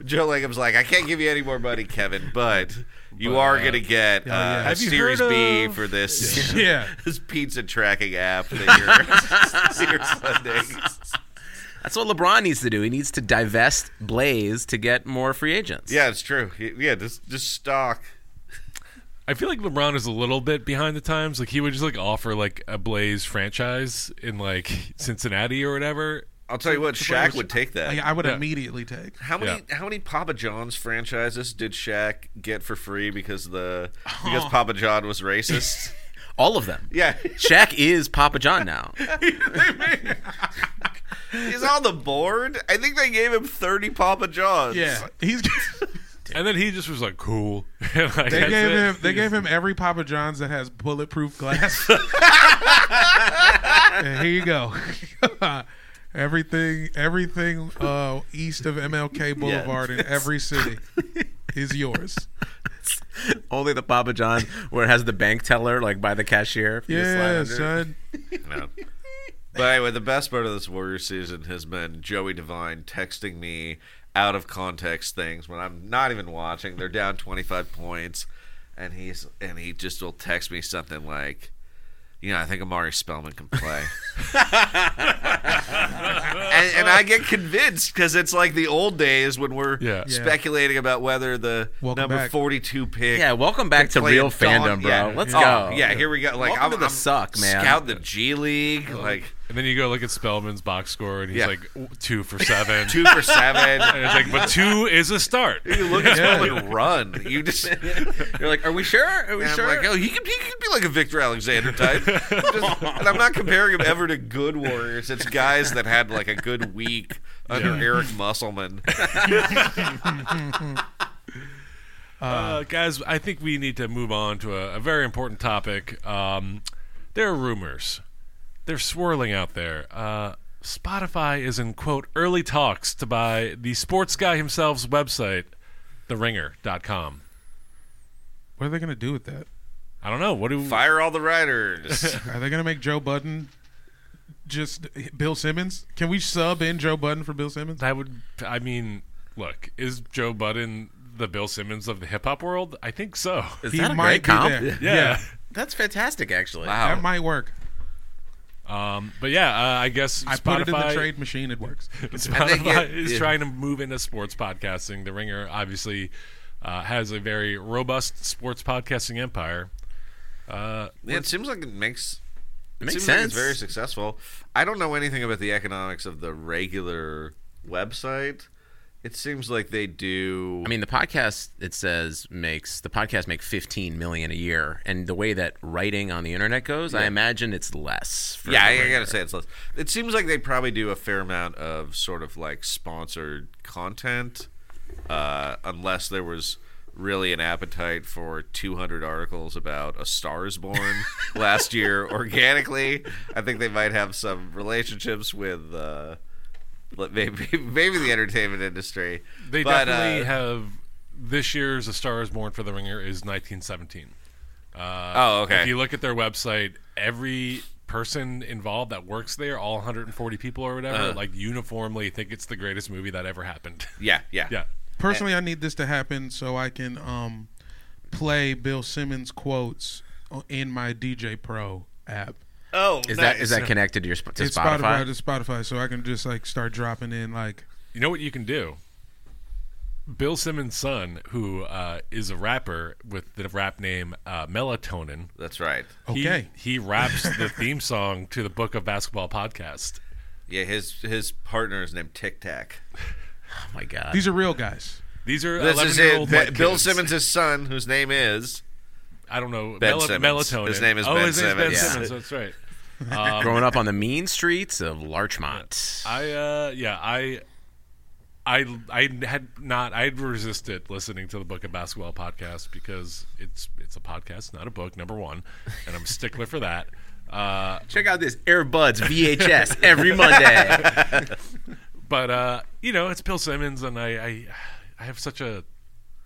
Joe Lacob's like, I can't give you any more money, Kevin, but you are going to get uh,
yeah.
a
Have
you
Series
heard
B
of-
for this
Yeah.
[LAUGHS] this pizza tracking app that you're, [LAUGHS] you're funding.
That's what LeBron needs to do. He needs to divest Blaze to get more free agents.
Yeah, it's true. Yeah, just just stock.
I feel like LeBron is a little bit behind the times. Like he would just like offer like a Blaze franchise in like Cincinnati or whatever.
I'll tell you what, Shaq would take
Like,
that.
I would
Yeah.
immediately take.
How many how many Papa John's franchises did Shaq get for free because the because Papa John was racist?
All of them.
yeah,
[LAUGHS] Shaq is Papa John now.
he's on the board. I think they gave him thirty Papa Johns.
Yeah, he's.
And then he just was like, cool. [LAUGHS] And, like,
They
that's
gave
it.
him. They gave him every Papa John's that has bulletproof glass. [LAUGHS] And here you go. [LAUGHS] everything, everything uh, east of
[LAUGHS]
MLK Boulevard in every city is yours.
[LAUGHS] Only the Papa John where it has the bank teller like by the cashier. You just slide
Yeah,
under.
son.
No. But anyway, the best part of this Warrior season has been Joey Devine texting me out of context things when I'm not even watching. They're down [LAUGHS] 25 points, and he's and he just will text me something like, "You know, I think Amari Spellman can
[LAUGHS]
play." and, and I get convinced because it's like the old days when we're
Yeah. Yeah.
speculating about whether the
Welcome
number
back.
42 pick.
Yeah, welcome back to
play
real
at dawn-
fandom, bro.
yeah.
Let's
Oh,
go.
Yeah, here we go. Like
Welcome
I'm
to the
I'm
suck, man.
Scout the G League, like.
And then you go look at Spellman's box score and he's
Yeah.
like w-
[LAUGHS]
two for seven.
two for seven.
[LAUGHS]
And it's like, but two is a start.
you look at someone and run. You just and
You're like, are we sure? Are we
I'm
sure?
like, oh, he could he could be like a Victor Alexander type. Just- and I'm not comparing him ever to good warriors. It's guys that had like a good week under Eric Musselman.
Uh, guys, I think we need to move on to a, a very important topic. Um, there are rumors. They're swirling out there. Uh, Spotify is in, quote, early talks to buy the sports guy himself's website, theringer.com.
What are they gonna do with that?
I don't know. What do
Fire all the
[LAUGHS]
riders.
Are they gonna make Joe Budden just Bill Simmons? Can we sub in Joe Budden for Bill Simmons?
that would, I mean, look, is Joe Budden the Bill Simmons of the hip hop world? I think so.
Is
he
that a
might
great comp?
be there.
Yeah.
That's fantastic, actually.
Wow.
That might work.
Um, but yeah, uh, I guess
I
Spotify,
put it in the trade machine. It works.
Spotify
get-
is
yeah.
trying to move into sports podcasting. The Ringer obviously uh, has a very robust sports podcasting empire.
Yeah, it seems like it makes.
It makes
seems Like
sense.
it's very successful. I don't know anything about the economics of the regular website. It seems like they do.
I mean, the podcast it says makes the podcast make 15 million a year, and the way that writing on the internet goes, I imagine it's less. For
yeah,
the
I, I
writer.
gotta say it's less. It seems like they probably do a fair amount of sort of like sponsored content, uh, unless there was really an appetite for 200 articles about a star is
[LAUGHS]
born last year organically. I think they might have some relationships with. Uh, let- Maybe, maybe the entertainment industry.
They
but,
definitely
uh,
have this year's A Star Is Born for the Ringer is 1917.
Oh, okay.
If you look at their website, every person involved that works there, all 140 people or whatever,
Uh-huh.
like uniformly think it's the greatest movie that ever happened. [LAUGHS]
yeah, yeah,
yeah.
Personally, I need this to happen so I can um, play Bill Simmons quotes o- in my DJ Pro app.
Oh,
Is
nice.
that is that connected to your sp- to
it's
Spotify?
Spotify to Spotify, so I can just like start dropping in like
You know what you can do? Bill Simmons' son, who uh, is a rapper with the rap name uh, Melatonin,
That's right.
he-
Okay.
he, raps
[LAUGHS]
the theme song to the Book of Basketball podcast.
Yeah, his his partner is named Tic Tac.
Oh my god!
these are real guys.
These are
This
11
is
year
it.
old
Bi- Bill
kids.
Simmons' son, whose name is
I don't know.
Ben
Mel-
Simmons.
Melatonin.
His name is
oh,
Ben
his name
Simmons.
Is
Yeah.
ben Simmons. That's right.
Growing up on the mean streets of Larchmont.
I uh, yeah I. I, I had not I had resisted listening to the Book of Basketball podcast because it's it's a podcast, not a book. Number one, and I'm a stickler for that. Uh,
Check out this Airbuds [LAUGHS] VHS every Monday.
but uh, you know, it's Bill Simmons, and I, I, I have such a,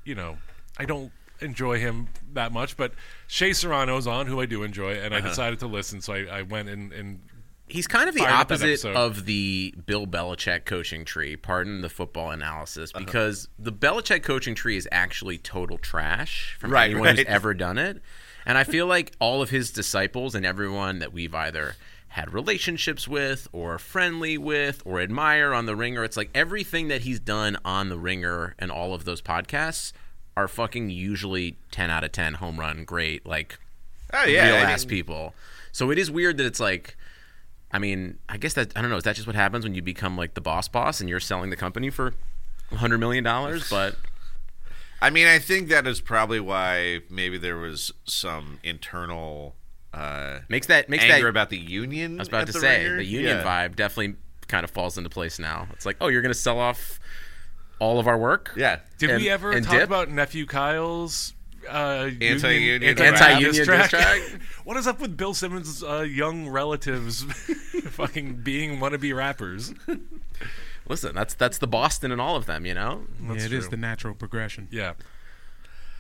you know, I don't enjoy him that much. But Shea Serrano's on, who I do enjoy, and
Uh-huh.
I decided to listen, so I, I went and, and
He's kind of the
Fired up that
opposite
episode.
of the Bill Belichick coaching tree. Pardon the football analysis,
Uh-huh.
because the Belichick coaching tree is actually total trash from
Right,
anyone who's
right.
ever done it. And I feel like all of his disciples and everyone that we've either had relationships with or friendly with or admire on the ringer it's like everything that he's done on the ringer and all of those podcasts are fucking usually 10 out of 10 home run great like
Oh yeah,
real
I
ass
mean,
people. So it is weird that it's like, I mean, I guess that I don't know. Is that just what happens when you become like the boss boss and you're selling the company for hundred
[LAUGHS]
million dollars? But
I mean, I think that is probably why maybe there was some internal uh,
makes that makes
anger
that.
about the union.
I was about to say the union vibe definitely kind of falls into place now. It's like, oh, you're gonna sell off all of our work.
Yeah,
did
And-
we ever
and
talk
dip?
about nephew Kyle's uh,
Anti-union
Anti-union diss track?
[LAUGHS]
[LAUGHS]
what is up with Bill Simmons' uh, young relatives, [LAUGHS] fucking being wannabe rappers?
Listen, that's that's the Boston in all of them. You know,
Yeah, it is
true.
the natural progression.
Yeah.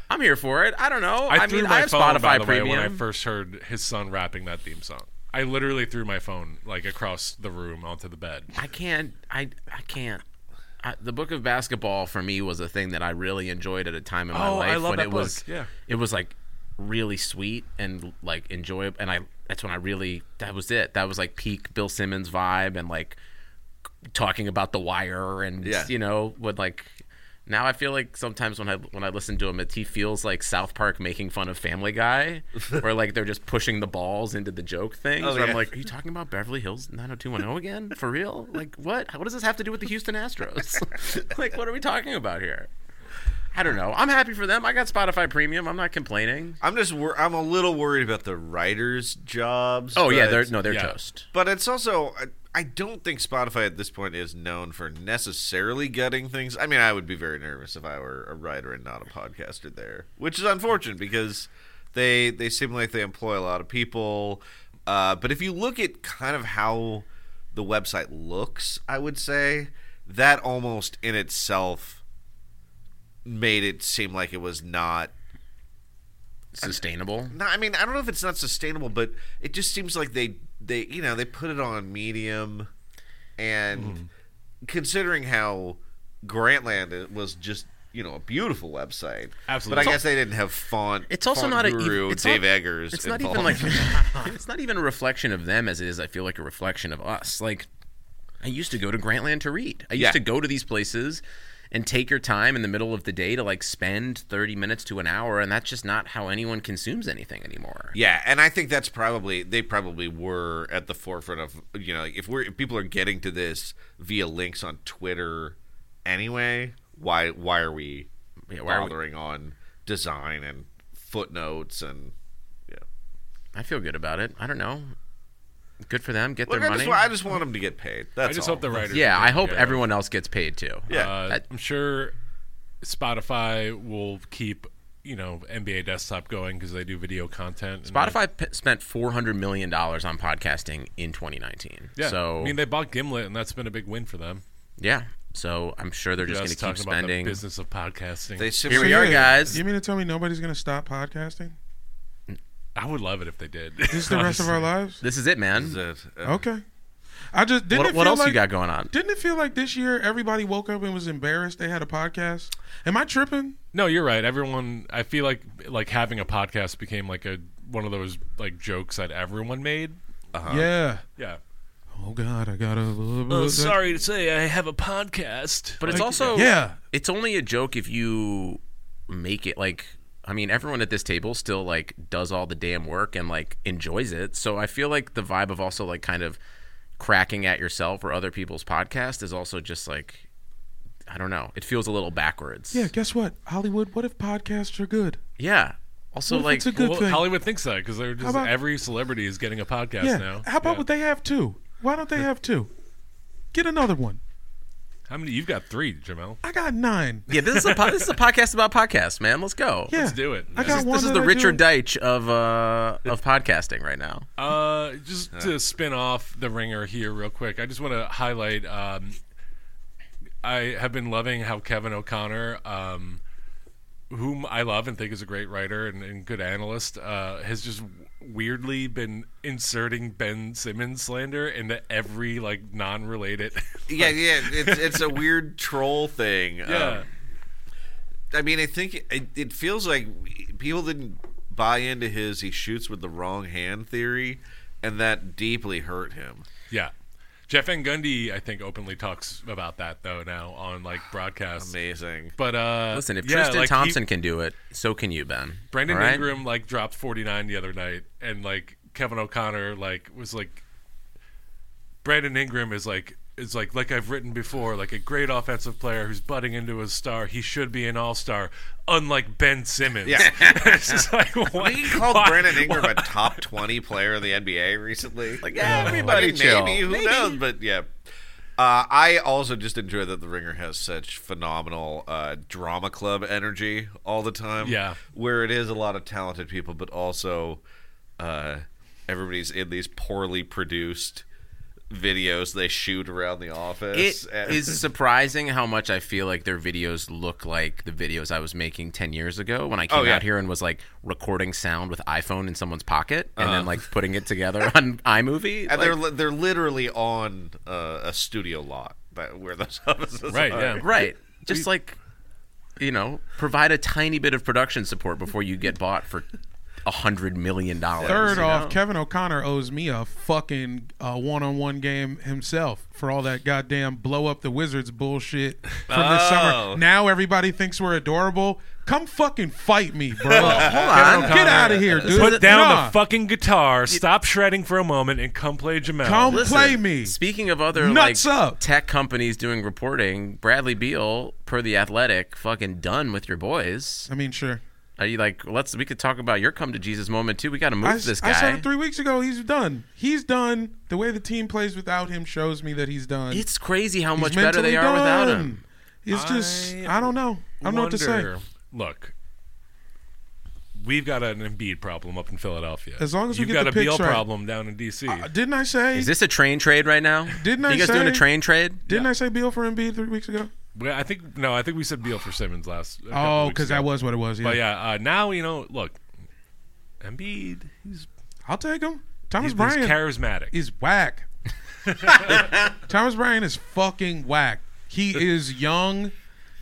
I'm here for it. I don't know. I,
I, threw
mean,
my
I have
phone,
Spotify
by the
Premium.
way, when I first heard his son rapping that theme song. I literally threw my phone like across the room onto the bed.
I can't. I I can't. I, the book of basketball for me was a thing that I really enjoyed at a time in my
Oh, I
life
love
when
that
it was
book, yeah.
it was like really sweet and like enjoyable and I that's when I really that was it that was like peak Bill Simmons vibe and like talking about the wire and
Yeah.
you know would like now I feel like sometimes when I when I listen to him it he feels like South Park making fun of Family [LAUGHS] Guy where like they're just pushing the balls into the joke thing
Oh,
so I'm
yeah.
like, are you talking about Beverly Hills 90210 again? For real? Like, what? What does this have to do with the Houston Astros? [LAUGHS] like, what are we talking about here? I don't know. I'm happy for them. I got Spotify Premium. I'm not complaining.
I'm just wor- I'm a little worried about the writers' jobs.
Oh yeah,
but-
they're no, they're
yeah.
toast.
But it's also I, I don't think Spotify at this point is known for necessarily gutting things. I mean, I would be very nervous if I were a writer and not a podcaster there, which is unfortunate because they they seem like they employ a lot of people. Uh, but if you look at kind of how the website looks, I would say that almost in itself made it seem like it was not
Sustainable.
no, I mean, I don't know if it's not sustainable, but it just seems like they they you know they put it on medium, and considering how Grantland i- was just you know a beautiful website,
Absolutely.
But I guess they didn't have font.
It's also
font
not a
guru
it's
Dave
not,
Eggers.
It's not even
involved.
like
[LAUGHS]
[LAUGHS] it's not even a reflection of them as it is. I feel like a reflection of us. Like I used to go to Grantland to read. I used
Yeah.
to go to these places and take your time in the middle of the day to like spend 30 minutes to an hour and that's just not how anyone consumes anything anymore.
Yeah, and I think that's probably they probably were at the forefront of you know if we're if people are getting to this via links on Twitter anyway. Why why are we
Yeah, why are we-
bothering on design and footnotes and yeah?
I feel good about it. I don't know. Good for them. Get
Look,
their
I
money.
just, wa- I just want them to get paid. That's
I just
all.
hope the writers.
yeah,
are
I hope
good.
everyone else gets paid too.
Yeah.
Uh,
That-
I'm sure Spotify will keep you know NBA Desktop going because they do video content. and
Spotify p- spent four hundred million dollars on podcasting in 2019.
they- yeah.
So
I mean, they bought Gimlet, and that's been a big win for them.
yeah. So I'm sure they're just
Us
going to keep
talking about the
spending.
business of podcasting.
they simply
Here we are, guys.
You mean to tell me nobody's gonna stop
[LAUGHS]
podcasting?
I would love it if they did.
This is
[LAUGHS]
the rest of our lives.
This is it, man.
Okay. I just didn't.
What,
it
what
feel
else you
like-
got going on?
Didn't it feel like this year everybody woke up and was embarrassed they had a podcast? Am I tripping?
No, you're right. Everyone, I feel like like having a podcast became like a one of those like jokes that everyone made.
Uh-huh.
Yeah.
Yeah.
Oh God, I got a little bit. of-
to say I have a podcast,
But it's also
Yeah.
it's only a joke if you make it like I mean everyone at this table still like does all the damn work and like enjoys it. So I feel like the vibe of also like kind of cracking at yourself or other people's podcast is also just like I don't know. It feels a little backwards.
Yeah. Guess what, Hollywood? What if podcasts are good?
Yeah. Also
What if
like
it's a good
well,
thing.
Hollywood thinks that because they're just
about-
every celebrity is getting a podcast
yeah.
now.
How about
Yeah.
what they have two? Why don't they have two? Get another one.
how many? You've got three, Jamel.
I got nine.
Yeah, this is a po- this
[LAUGHS]
is a podcast about podcasts, man. Let's go.
Yeah.
Let's do it.
I
This
got
is,
one.
this is
that
the
I
Richard
do.
Deitch of uh of podcasting right now.
Uh, just to spin off the ringer here real quick, I just want to highlight. Um, I have been loving how Kevin O'Connor, um, whom I love and think is a great writer and, and good analyst, uh, has just weirdly been inserting Ben Simmons slander into every like non-related.
yeah, yeah. It's it's a weird troll
[LAUGHS]
thing.
yeah,
Um, I mean, I think it, it feels like people didn't buy into his he shoots with the wrong hand theory, and that deeply hurt him.
[LAUGHS] yeah. Jeff Van Gundy, I think, openly talks about that though now on like broadcasts.
Amazing.
But uh,
Listen, if
yeah,
Tristan
like, he-
Thompson can do it, so can you, Ben.
Brandon
All right?
Ingram like dropped 49 the other night, and like Kevin O'Connor like was like Brandon Ingram is like is like like I've written before, like a great offensive player who's butting into his star. He should be an all star, unlike Ben Simmons.
Yeah.
[LAUGHS] it's
[LAUGHS]
just like what,
He called
why-
Brandon Ingram a top twenty player in the NBA recently. Like yeah,
everybody chill.
maybe who knows? But yeah. Uh, I also just enjoy that the Ringer has such phenomenal uh, drama club energy all the time.
Yeah.
where it is a lot of talented people, but also uh, everybody's in these poorly produced videos they shoot around the office.
It
and-
[LAUGHS]
is surprising how much I feel like their videos look like the videos I was making 10 years ago when I came
Oh, yeah.
out here and was like recording sound with iPhone in someone's pocket and
Uh-huh.
then like putting it together [LAUGHS] on iMovie.
and
Like,
they're li- they're literally on uh, a studio lot that, where those [LAUGHS] offices
Right,
are.
yeah.
right. Just like, you know, provide a tiny bit of production support before you get bought for a hundred million dollars.
Third
you
off,
know?
Kevin O'Connor owes me a fucking uh, one-on-one game himself for all that goddamn blow up the Wizards bullshit from this
Oh.
summer. Now everybody thinks we're adorable. Come fucking fight me, bro.
hold on.
Get out of here, dude.
Put down
Nah.
the fucking guitar, stop shredding for a moment, and come play Jamel.
Come
Listen,
play me.
Speaking of other
Nuts
like
up.
tech companies doing reporting, Bradley Beal, per the Athletic, fucking done with your boys.
I mean, sure.
Are you like let's we could talk about your come to Jesus moment too? We got to move
I,
this
I said
guy.
it three weeks ago. He's done. He's done. The way the team plays without him shows me that he's done.
it's crazy how
He's
much better they
mentally
are without
done.
him.
It's just
I
I don't know. I don't know what to say.
Wonder- Look, we've got an Embiid problem up in Philadelphia.
As long as we
you've
get
got
the
a Beal
picks right.
problem down in DC.
Uh, Didn't I say?
Is this a train trade right now?
Didn't I
you guys doing a
say-
train trade?
didn't I say Beal for Embiid three weeks ago?
Well, I think no, I think we said Beal for Simmons last. a couple
Oh,
weeks
because
ago.
that was what it was. Yeah,
But yeah, uh, now you know. Look, Embiid, he's
I'll take him. Thomas
he's
Bryant
charismatic.
is
[LAUGHS]
whack. Thomas Bryant is fucking whack. He is young,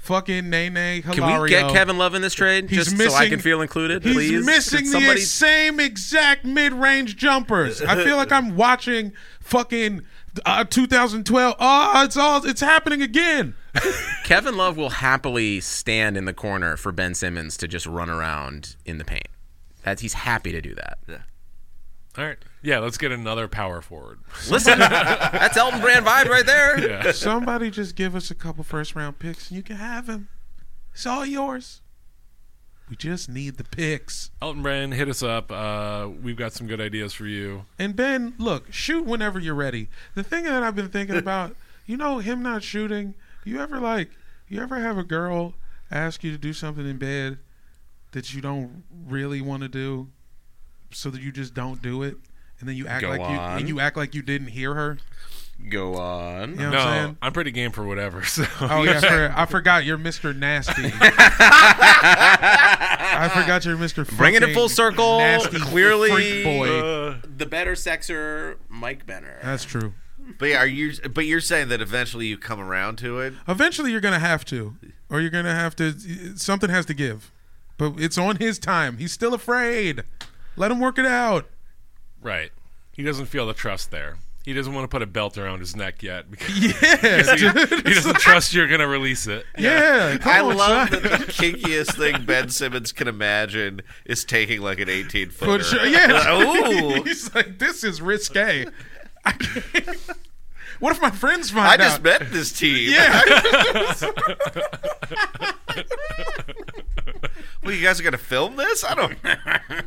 fucking Nene Hilario.
Can we get Kevin Love in this trade
He's
just so I
missing-
can feel included?
He's
please,
missing
Could
the same exact mid-range jumpers. I feel like I'm watching fucking uh, 2012. Oh, it's all it's happening again. [LAUGHS]
Kevin Love will happily stand in the corner for Ben Simmons to just run around in the paint. That he's happy to do that.
All right. Yeah, let's get another power forward.
Listen, that's Elton Brand vibe right there.
Somebody just give us a couple first round picks and you can have him. It's all yours. We just need the picks.
Elton Brand, hit us up. Uh, we've got some good ideas for you.
And Ben, look, shoot whenever you're ready. The thing that I've been thinking about, you know, him not shooting. You ever like, you ever have a girl ask you to do something in bed that you don't really want to do, so that you just don't do it, and then you act
Go
like you
on.
and you act like you didn't hear her.
Go on.
You know
No,
what I'm
I'm,
[LAUGHS]
saying?
pretty game for whatever. [LAUGHS] So
Oh yeah, I, for, I forgot you're Mr.
[LAUGHS]
Nasty. I forgot you're Mr.
Bringing it
fucking
full circle,
Nasty
clearly,
freak boy.
Uh,
The better sexer, Mike Benner.
That's true.
But yeah, are you? But you're saying that eventually you come around to it.
Eventually, you're gonna have to, or you're gonna have to. Something has to give, but it's on his time. He's still afraid. Let him work it out. [LAUGHS]
right. He doesn't feel the trust there. He doesn't want to put a belt around his neck yet because
[LAUGHS] Yeah, dude.
he
[LAUGHS]
doesn't trust you're going to release it.
yeah. come
I
on,
love
son.
that the kinkiest thing Ben Simmons can imagine is taking like an
[LAUGHS]
18
But
footer.
sure, [LAUGHS] yeah.
Ooh.
He's like, this is risque. [LAUGHS] I can't- what if my friends find
I
out?
just met this team.
yeah.
[LAUGHS]
[LAUGHS]
Well, you guys are gonna film this? I don't. [LAUGHS]
I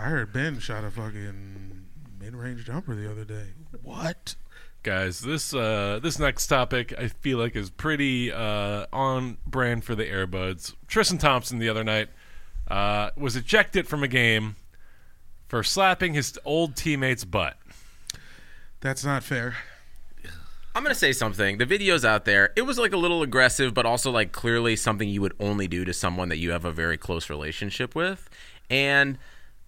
heard Ben shot a fucking mid-range jumper the other day. What?
Guys, this uh, this next topic I feel like is pretty uh, on brand for the Airbuds. Tristan Thompson the other night uh, was ejected from a game for slapping his old teammate's butt.
That's not fair.
I'm gonna say something. The video's out there. It was like a little aggressive, but also like clearly something you would only do to someone that you have a very close relationship with. And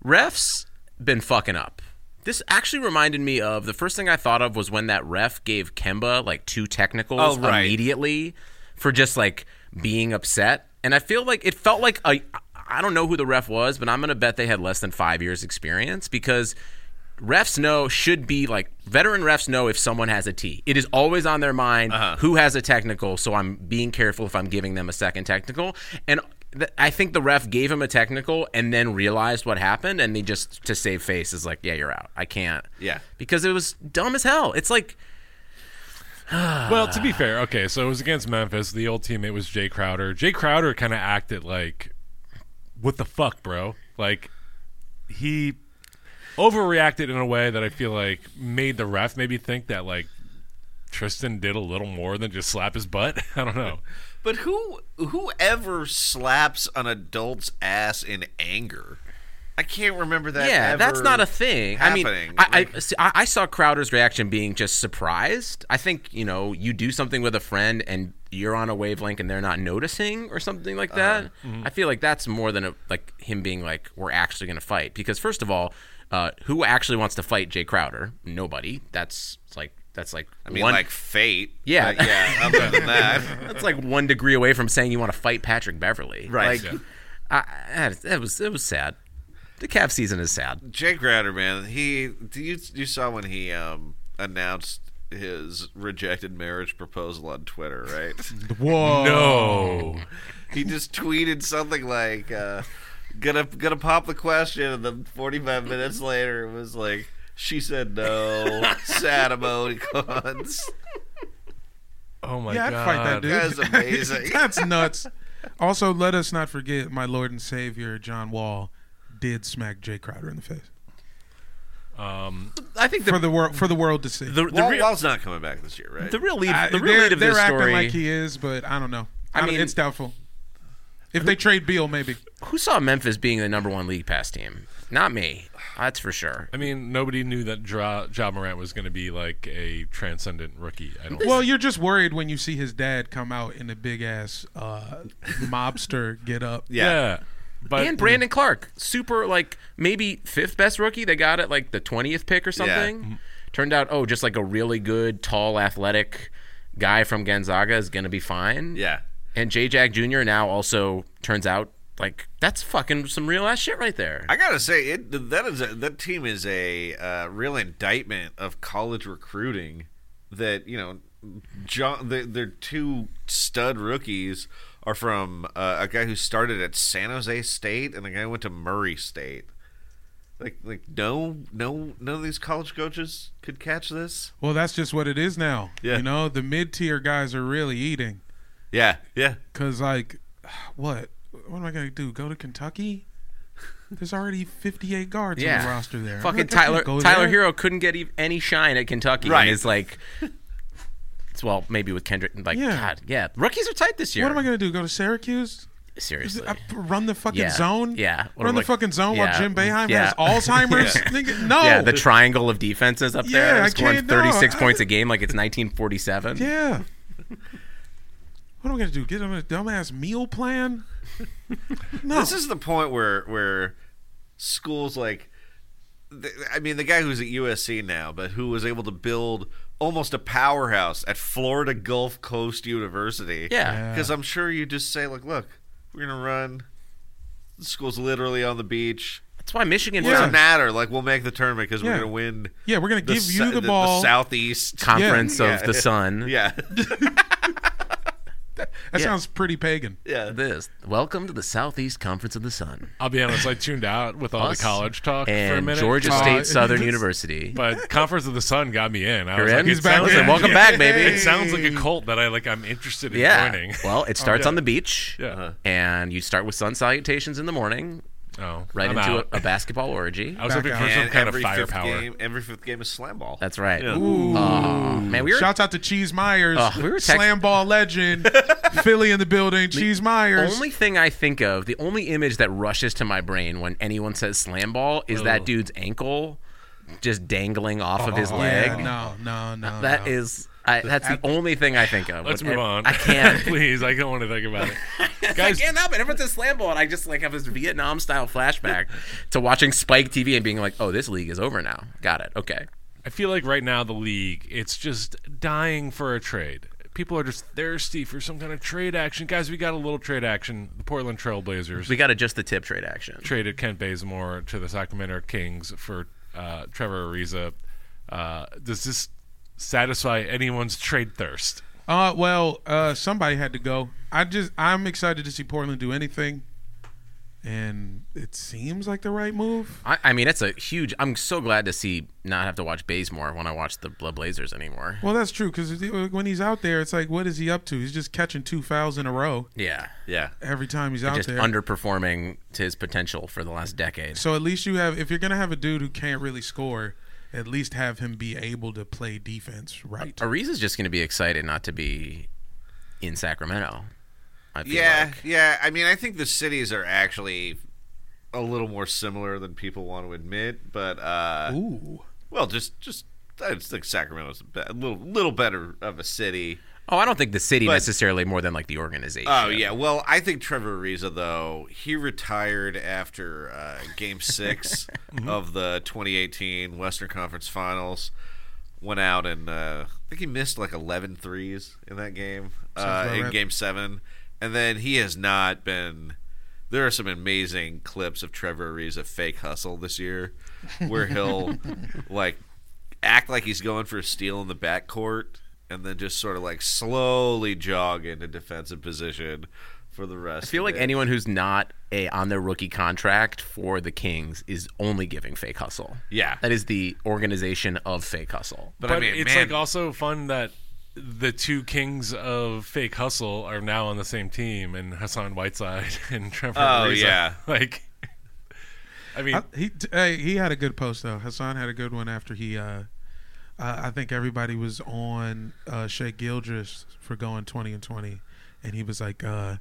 refs been fucking up. This actually reminded me of the first thing I thought of was when that ref gave Kemba like two technicals
Oh, right.
immediately for just like being upset. And I feel like it felt like a I don't know who the ref was, but I'm gonna bet they had less than five years experience because refs know should be like veteran refs know if someone has a T. It is always on their mind who has a technical, so I'm being careful if I'm giving them a second technical. And th- I think the ref gave him a technical and then realized what happened, and they just to save face is like, yeah, you're out. I can't.
Yeah.
because it was dumb as hell. It's like
Well, to be fair, okay, so it was against Memphis. The old teammate was Jay Crowder. Jay Crowder kind of acted like, "What the fuck, bro?" Like he overreacted in a way that I feel like made the ref maybe think that like Tristan did a little more than just slap his butt. [LAUGHS] I don't know.
But who whoever slaps an adult's ass in anger? I can't remember that.
yeah,
ever
that's not a thing. I
happening.
mean, I,
Like-
I, see, I I saw Crowder's reaction being just surprised. I think you know you do something with a friend and you're on a wavelength and they're not noticing or something like
Uh-huh.
that. I feel like that's more than a, like him being like we're actually going to fight because first of all, uh, who actually wants to fight Jay Crowder? Nobody. That's it's like that's like
I mean,
one,
like fate.
Yeah.
But yeah. Other than that,
[LAUGHS] that's like one degree away from saying you want to fight Patrick Beverly.
Right.
Like, I, I, it was it was sad. The Cavs season is sad.
Jay Crowder, man, he do you you saw when he um announced his rejected marriage proposal on Twitter,
[LAUGHS]
right?
Whoa.
No.
he just tweeted something like uh, gonna gonna pop the question and then 45 minutes later it was like she said
[LAUGHS]
no sad emoticons
Oh my
yeah, I'd
god.
fight that dude.
[LAUGHS]
That's amazing.
That's nuts. Also, let us not forget my Lord and Savior John Wall did smack Jay Crowder in the face
I think the
for the world for the world to see.
Um, the, the
Wall,
real
Wall's not coming back this year right
The real lead,
I-
the real lead of
they're
this
acting
story.
like he is, but I don't know. I,
I
mean,
mean-
it's doubtful. If they trade Beal, maybe.
who saw Memphis being the number one league pass team? Not me. That's for sure.
I mean, nobody knew that Ja, ja Morant was going to be like a transcendent rookie. I don't.
Well, you're just worried when you see his dad come out in a big ass uh, mobster get up.
yeah. But
And Brandon Clark, super like maybe fifth best rookie. They got it like the twentieth pick or something.
Mm-hmm.
Turned out, oh, just like a really good, tall, athletic guy from Gonzaga is gonna be fine.
yeah
And J. Jag Jr. now also turns out like that's fucking some real ass shit right there.
I gotta say it that is a, that team is a uh, real indictment of college recruiting that you know John their, their two stud rookies are from uh, a guy who started at San Jose State and a guy who went to Murray State Like, like no, no, none of these college coaches could catch this.
Well, that's just what it is now.
Yeah.
You know, the mid tier guys are really eating.
Yeah, yeah.
Cause like, what? What am I gonna do? Go to Kentucky? There's already 58 guards on the roster there. I'm
Fucking
like, I can't
Tyler
go
Tyler
there.
Hero couldn't get e- any shine at Kentucky.
Right.
And it's like, it's, well, maybe with Kendrick. Like,
Yeah.
God, yeah. Rookies are tight this year.
What am I gonna do? Go to Syracuse?
Seriously.
I run the fucking
Yeah.
zone?
Yeah. What
run
am
the
I-
fucking zone
yeah.
while Jim Boeheim
Yeah. [LAUGHS]
has Alzheimer's?
Yeah.
Nigga, no.
yeah, the triangle of defenses up
Yeah,
there,
I
scoring
can't- no,
36
I- [LAUGHS]
points a game like it's 1947.
Yeah. what am I gonna do? Get him a dumbass meal plan? No.
This is the point where where schools like, th- I mean, the guy who's at USC now, but who was able to build almost a powerhouse at Florida Gulf Coast University.
Yeah.
because I'm sure you just say like, look, we're gonna run. The school's literally on the beach.
That's why Michigan
It doesn't
found
matter. Like we'll make the tournament because
Yeah.
we're gonna win.
yeah, we're gonna give
sou-
you the, ball.
southeast.
Conference
Yeah.
of the Sun.
yeah, [LAUGHS]
that
yeah.
sounds pretty pagan.
yeah.
This. Welcome to the Southeast Conference of the Sun.
I'll be honest, I tuned out with all
Us
the college talk for a
And
minute.
Georgia
Uh,
State Southern
[LAUGHS] it's-
University.
But Conference of the Sun got me in. I
You're
was
in?
like,
He's
it
back
sounds
in.
like-
Welcome back, baby.
It sounds like a cult that I like. I'm interested in
Yeah. Uh-huh.
joining.
Well,
Oh,
it starts on the beach.
Yeah.
And you start with sun salutations in the morning,
Oh,
right
I'm
into a,
out.
a basketball
[LAUGHS]
orgy.
I was
Back
looking
out.
for some
And
kind of
every fifth
firepower.
game, every fifth game is slam ball.
That's right.
Yeah.
Ooh.
Aw, man, we were
Shouts out to Cheese Myers,
Ugh, we were text-
slam ball
[LAUGHS]
legend, Philly in the building. Cheese Myers.
only thing I think of, the only image that rushes to my brain when anyone says slam ball is that dude's ankle just dangling off of
Oh,
his leg.
yeah, no, no, no.
That
no.
is, I, that's the only thing I think of.
Let's
When
move
ev-
on.
I can't.
[LAUGHS] Please, I don't want to think about it.
I
Guys,
can't help it. Everyone says slam ball, and I just like have this Vietnam style flashback to watching Spike TV and being like, "Oh, this league is over now. Got it. Okay."
I feel like right now the league, it's just dying for a trade. People are just thirsty for some kind of trade action. Guys, we got a little trade action. The Portland Trailblazers
We got to just the tip trade action.
traded Kent Bazemore to the Sacramento Kings for uh, Trevor Ariza. Uh, does this satisfy anyone's trade thirst?
Uh, well, uh, somebody had to go. I just, I'm excited to see Portland do anything, and it seems like the right move.
I, I mean, it's a huge. I'm so glad to see not have to watch Bazemore when I watch the Bla- Blazers anymore.
Well, that's true because when he's out there, it's like, what is he up to? He's just catching two fouls in a row
Yeah,
yeah.
every time he's out
just
there.
underperforming to his potential for the last decade.
so at least you have, if you're gonna have a dude who can't really score, at least have him be able to play defense right.
Ariza's just going to be excited not to be in Sacramento. I feel
Yeah,
like.
yeah. I mean, I think the cities are actually a little more similar than people want to admit. But uh,
Ooh,
well, just just I just think Sacramento's a, be- a little little better of a city.
Oh, I don't think the city
But-
necessarily more than like the organization.
Oh yeah. Well, I think Trevor Ariza though he retired after uh,
[LAUGHS]
Game 6
Mm-hmm.
of the 2018 Western Conference Finals. Went out and uh, I think he missed like 11 threes in that game uh,
about
in
right.
Game Seven, and then he has not been. There are some amazing clips of Trevor Ariza fake hustle this year,
[LAUGHS]
where he'll like act like he's going for a steal in the backcourt and then just sort of like slowly jog into defensive position for the rest.
I feel like
of it.
anyone who's not a on their rookie contract for the Kings is only giving fake hustle.
Yeah.
that is the organization of fake hustle.
But,
But
I mean,
it's
man,
like also fun that the two kings of fake hustle are now on the same team, and Hassan Whiteside [LAUGHS] and Trevor.
Oh,
Ariza.
yeah.
[LAUGHS] like I mean,
I, he t- hey, he had a good post though. Hassan had a good one after he. Uh, uh, I think everybody was on uh, Shea Gildress for going twenty and twenty, and he was like, uh,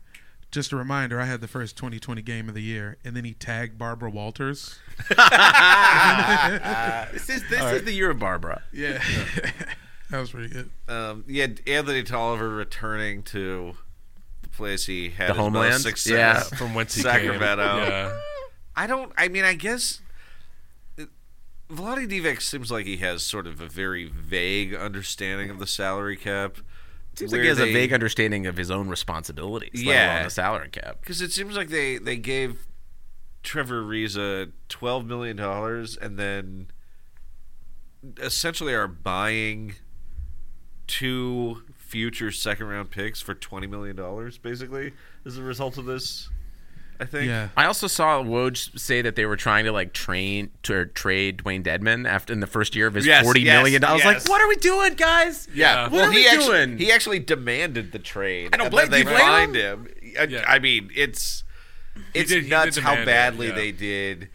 "Just a reminder, I had the first twenty twenty game of the year." And then he tagged Barbara Walters.
This is this is the year of Barbara.
Yeah, that was pretty good.
um, yeah, Anthony Tolliver returning to the place he had
The
his most
homeland?
success.
Yeah.
from whence he
Sacramento.
came. Yeah.
I don't. I mean, I guess it- Vlade Divac seems like he has sort of a very vague understanding of the salary cap.
Seems like he has a vague understanding of his own responsibilities, let
Yeah.
alone the salary cap.
because it seems like they they gave Trevor Ariza twelve million dollars and then essentially are buying two future second round picks for twenty million dollars. Basically, as a result of this. I think.
Yeah.
I also saw Woj say that they were trying to like train to or trade Dwayne Dedman after in the first year of his
Yes,
forty
yes,
million dollars. I was
yes.
like, what are we doing, guys?
Yeah.
what
Well,
are
he
we
actually
doing?
he actually demanded the trade.
I don't
and
blame-
then they
do you blame
fined him. I,
Yeah.
I mean, it's it's
did- he
nuts
did
how
demand it,
badly
yeah.
they did.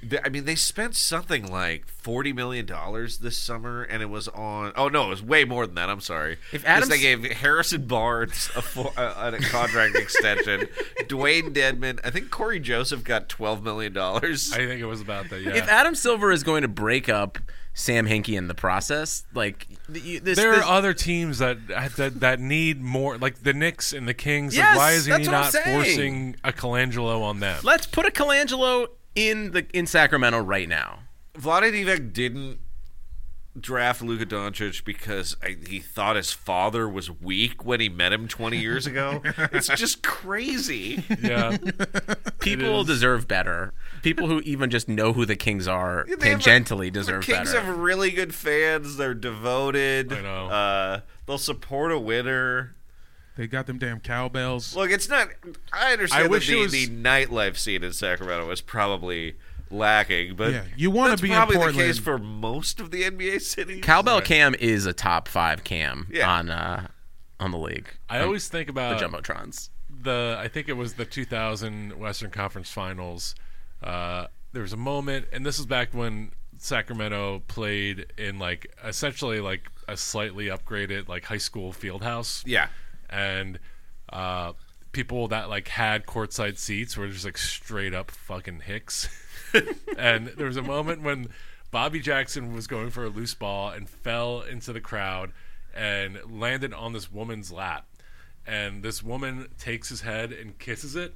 They- I mean, they spent something like forty million dollars this summer, and it was on. Oh no, it was way more than that. I'm sorry.
If
'Cause
Adams-
they gave Harrison Barnes a, fo- a, a contract extension, [LAUGHS] Dwayne Dedman, I think Corey Joseph got twelve million dollars.
I think it was about that. Yeah.
If Adam Silver is going to break up Sam Hinkie in the process, like th- you- this,
there
this-
are other teams that, that that need more, like the Knicks and the Kings.
Yes,
like why is he
that's what I'm
not
saying.
forcing a Colangelo on
[LAUGHS]
them?
let's put a Colangelo in the in Sacramento right now.
Vlade Divac didn't draft Luka Doncic because I, he thought his father was weak when he met him 20 years ago. it's just crazy.
Yeah,
People deserve better. People who even just know who the Kings are
They have a-
tangentially deserve
The Kings
better.
have really good fans. They're devoted.
I know.
Uh, they'll support a winner.
They got them damn cowbells.
Look, it's not. I
I
understand that
wish it
the,
was-
the nightlife scene in Sacramento was probably lacking, but
Yeah, you wanna
that's
be in
probably the
Portland.
case for most of the NBA cities.
Cowbell Cam is a top five cam
Yeah. uh,
on uh, on the league.
I always think
the
about
jumbotrons.
the I think it was the 2000 Western Conference Finals. Uh, there was a moment, and this is back when Sacramento played in like essentially like a slightly upgraded like high school field house.
Yeah.
and uh, people that like had courtside seats were just like straight up fucking hicks. [LAUGHS] and there was a moment when Bobby Jackson was going for a loose ball and fell into the crowd and landed on this woman's lap. And this woman takes his head and kisses it.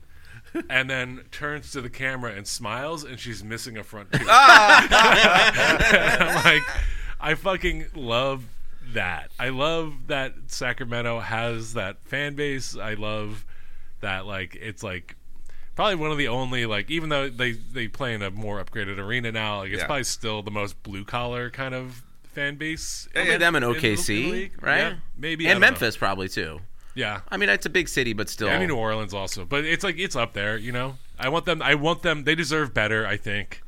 And then turns to the camera and smiles, and she's missing a front tooth. I'm [LAUGHS] like, I fucking love that. I love that Sacramento has that fan base. I love that like it's like probably one of the only like even though they they play in a more upgraded arena now, like it's
Yeah.
probably still the most blue collar kind of fan base.
Only them in
the- the
OKC,
league.
right?
Yeah, maybe I
and
don't know.
Memphis probably too.
Yeah.
I mean, it's a big city, but still.
I mean New Orleans also, but it's like it's up there, you know. I want them. I want them. They deserve better. I think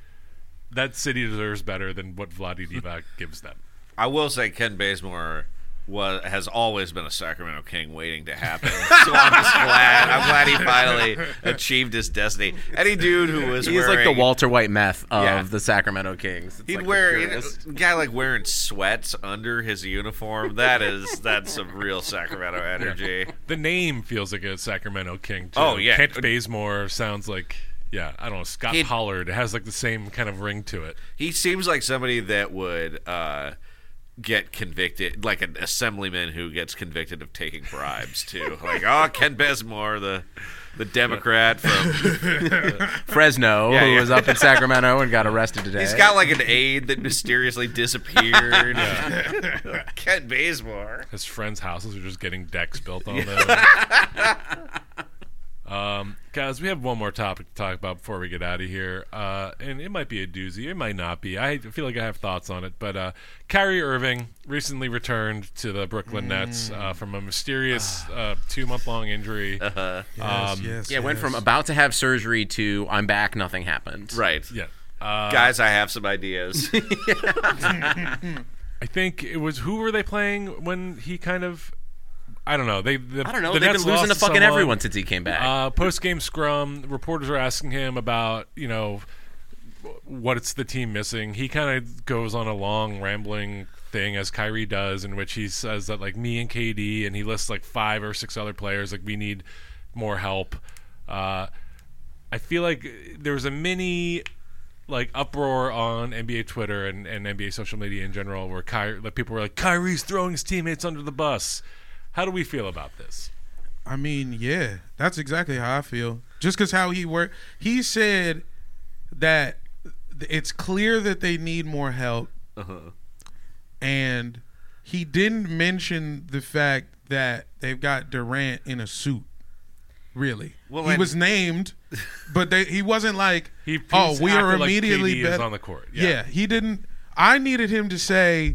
that city deserves better than what Vladi Divac gives them.
I will say Ken Bazemore was has always been a Sacramento King waiting to happen. so I'm just glad. I'm glad he finally achieved his destiny. Any dude who was
he's like
wearing,
the Walter White meth of
Yeah.
the Sacramento Kings. It's
He'd
like
wear
the
you know,
purest.
a guy like wearing sweats under his uniform. That is that's some real Sacramento energy.
The name feels like a Sacramento King. Too.
Oh, yeah.
Kent Bazemore sounds like yeah. I don't know Scott
He'd-
Pollard has like the same kind of ring to it.
He seems like somebody that would uh, get convicted, like an assemblyman who gets convicted of taking bribes too. Like oh, Ken Bazemore, the the Democrat from
Fresno,
Yeah,
who
yeah.
was up in Sacramento and got arrested today.
He's got like an aide that mysteriously
[LAUGHS]
disappeared. Ken Bazemore.
His friends' houses are just getting decks built
[LAUGHS]
on them. um, guys, we have one more topic to talk about before we get out of here, uh, and it might be a doozy. It might not be. I feel like I have thoughts on it, but uh, Kyrie Irving recently returned to the
Mm.
Brooklyn Nets uh, from a mysterious uh,
[LAUGHS]
two-month-long injury.
Yes, yes,
yeah, went
yes.
from about to have surgery to I'm back, nothing happened.
Right.
Yeah.
Uh,
Guys, I have some
[LAUGHS]
ideas.
I think it was who were they playing when he kind of I don't know. They the,
I don't know.
The
They've
Nets
been losing
lost
to fucking
someone.
everyone since he came back.
Uh, Post game scrum, reporters are asking him about you know what it's the team missing. He kind of goes on a long rambling thing as Kyrie does, in which he says that like me and KD, and he lists like five or six other players like we need more help. Uh, I feel like there was a mini like uproar on NBA Twitter and, and NBA social media in general, where Kyrie, like people were like Kyrie's throwing his teammates under the bus. How do we feel about this?
I mean, yeah, that's exactly how I feel. Just because how he worked, he said that th- it's clear that they need more help,
Uh-huh.
and he didn't mention the fact that they've got Durant in a suit. Really,
Well,
he
and-
was
[LAUGHS]
named, but they, he wasn't like,
He-
oh,
he's
we are
acted like
immediately
KD is
bet-"
on the court.
Yeah.
Yeah.
he didn't. I needed him to say,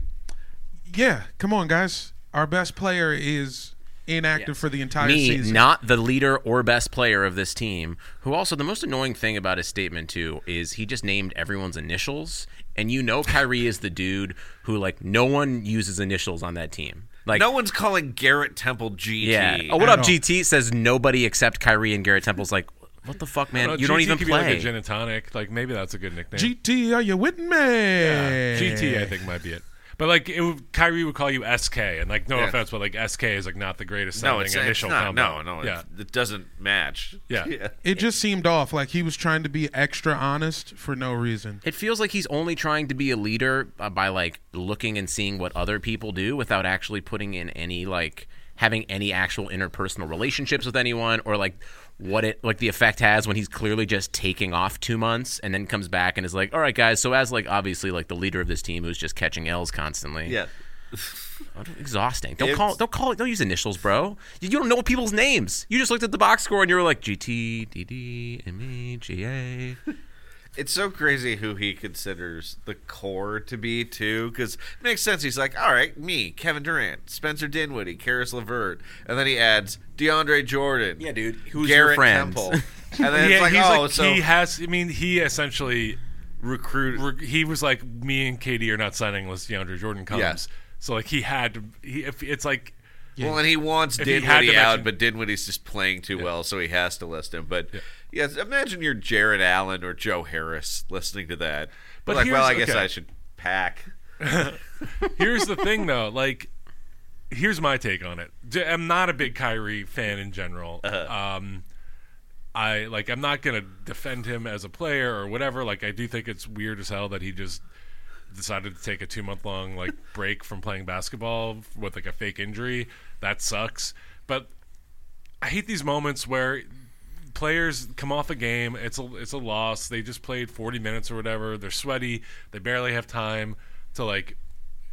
yeah, come on, guys, our best player is inactive for the entire
me,
season.
not the leader or best player of this team, who also the most annoying thing about his statement too is he just named everyone's initials, and you know Kyrie is the dude who like no one uses initials on that team. Like
No one's calling Garrett Temple GT.
yeah, oh what up
all.
GT says nobody except Kyrie and Garrett Temple's like what the fuck man
No,
you don't
GT
even
Uh, could
play
Be like a gin and tonic. Like maybe that's a good nickname.
GT, are you with me?
Yeah. GT, I think might be it. But like it would, Kyrie would call you SK, and like no
Yeah.
offense, but like SK is like not the greatest
No,
sounding
it's, it's
initial
not. No,
combo.
no,
yeah,
it, it doesn't match. [LAUGHS]
Yeah.
It just seemed off. Like he was trying to be extra honest for no reason.
It feels like he's only trying to be a leader uh, by like looking and seeing what other people do without actually putting in any like having any actual interpersonal relationships with anyone or like what it like the effect has when he's clearly just taking off two months and then comes back and is like, all right, guys. So as like obviously like the leader of this team who's just catching L's constantly.
Yeah.
exhausting. Don't
It's-
call. Don't call. Don't use initials, bro. You, you don't know people's names. You just looked at the box score and you were like GT DD ME GA.
It's so crazy who he considers the core to be, too, because it makes sense. He's like, all right, me, Kevin Durant, Spencer Dinwiddie, Karis LeVert. And then he adds DeAndre Jordan.
Yeah, dude. Who's your
Garrett
friend? [LAUGHS]
Temple. And then
yeah.
it's like,
he's
oh,
like
so
he has. I mean, he essentially
recruit.
re- he was like me and Katie are not signing unless DeAndre Jordan comes.
Yeah.
So like he had. to- He, if, it's like
Well, and he wants
If he had to
Dinwiddie out,
mention-
but Dinwiddie's just playing too well, so he has to list him. But yes, imagine you're Jared Allen or Joe Harris listening to that.
But
But like, well, I
here's-
guess
okay.
I should pack.
here's the thing though like here's my take on it D- i'm not a big kyrie fan in general um i like i'm not gonna defend him as a player or whatever like i do think it's weird as hell that he just decided to take a two month long like break from playing basketball with like a fake injury that sucks but i hate these moments where players come off a game. It's a it's a loss. They just played 40 minutes or whatever. They're sweaty. They barely have time to like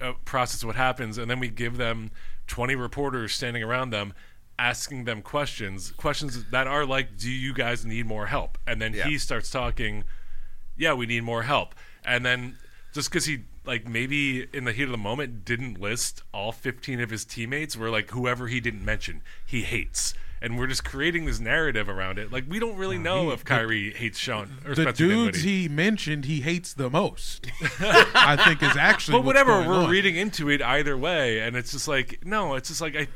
uh, process what happens, and then we give them 20 reporters standing around them. Asking them questions, questions that are like, "Do you guys need more help?" And then he starts talking, "Yeah, we need more help." And then just because he like maybe in the heat of the moment didn't list all 15 of his teammates were like whoever he didn't mention he hates and we're just creating this narrative around it like we don't really know if Kyrie hates Sean or
The
Spencer
dudes
Dinwiddie
he mentioned he hates the most, [LAUGHS] I think, is actually.
but
what's
whatever
going
we're
on.
reading into it either way and it's just like no it's just like I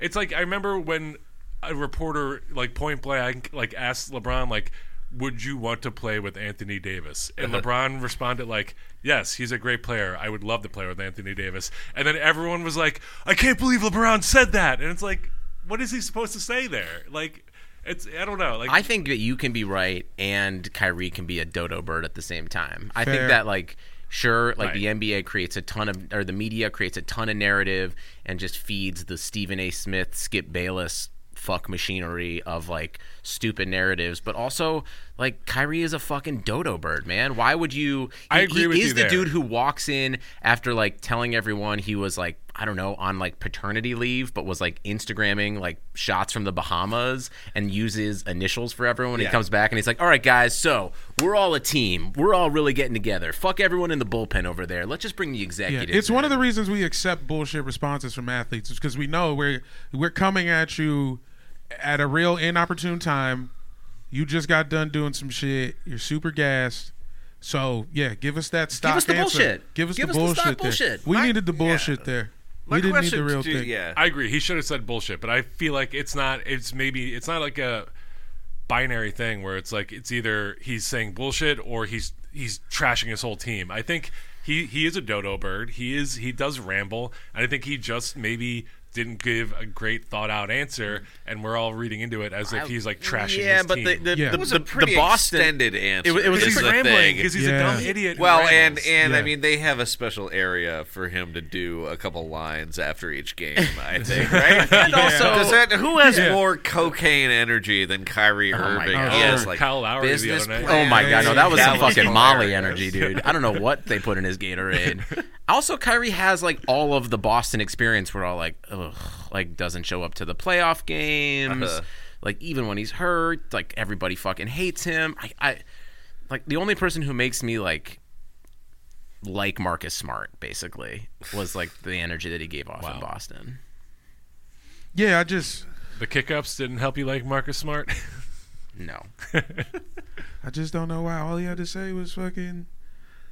it's like I remember when a reporter like point blank like asked LeBron like would you want to play with Anthony Davis? And
Uh-huh.
LeBron responded like, "Yes, he's a great player. I would love to play with Anthony Davis." And then everyone was like, "I can't believe LeBron said that." And it's like, what is he supposed to say there? Like, it's I don't know. Like,
I think that you can be right and Kyrie can be a dodo bird at the same time. I
Fair.
think that like sure like the NBA creates a ton of or the media creates a ton of narrative and just feeds the Stephen A Smith, Skip Bayless fuck machinery of like stupid narratives, but also like Kyrie is a fucking dodo bird, man. Why would you
I
he-
agree
he
with you
is the
there.
dude who walks in after like telling everyone he was like I don't know on like paternity leave, but was like Instagramming like shots from the Bahamas and uses initials for everyone. He comes back and he's like, "All right, guys, so we're all a team. We're all really getting together. Fuck everyone in the bullpen over there. Let's just bring the
Yeah,
executives."
it's one of
in."
the reasons we accept bullshit responses from athletes because we know we're we're coming at you at a real inopportune time. You just got done doing some shit. You're super gassed. So yeah, give us that stock
us the
answer.
bullshit.
Give us the
Give us the
bullshit.
stock
there.
bullshit.
We needed the bullshit there. we didn't need the
question
real
to-
thing.
Yeah.
I agree. He should have said bullshit, but I feel like it's not. It's maybe it's not like a binary thing where it's like it's either he's saying bullshit or he's he's trashing his whole team. I think he he is a dodo bird. He is he does ramble, and I think he just maybe didn't give a great thought out answer, and we're all reading into it as if he's like trashing.
Yeah,
his
but
team.
the the,
Yeah.
the,
It was
a
the- the
pretty
Boston
extended answer.
it was
is
he's
the
rambling
thing.
because he's
Yeah.
a dumb idiot. who
Well, and
rambles.
and
Yeah.
I mean they have a special area for him to do a couple lines after each game. I think, right? and
also-
Does that, who has
Yeah.
more cocaine energy than Kyrie Irving?
God.
He has
Or
like
Kyle Lowry the
business
other night.
plan.
Oh my god, no, that was some
That was
fucking Molly
hilarious.
energy, dude. I don't know what they put in his Gatorade. Also, Kyrie has like all of the Boston experience. We're all like, ugh, like doesn't show up to the playoff games.
Uh-huh.
Like even when he's hurt, like everybody fucking hates him. I, I, like the only person who makes me like like Marcus Smart basically was like the energy that he gave off in Boston.
Yeah, I just
The kickups didn't help you like Marcus Smart. [LAUGHS]
No.
I just don't know why. All he had to say was fucking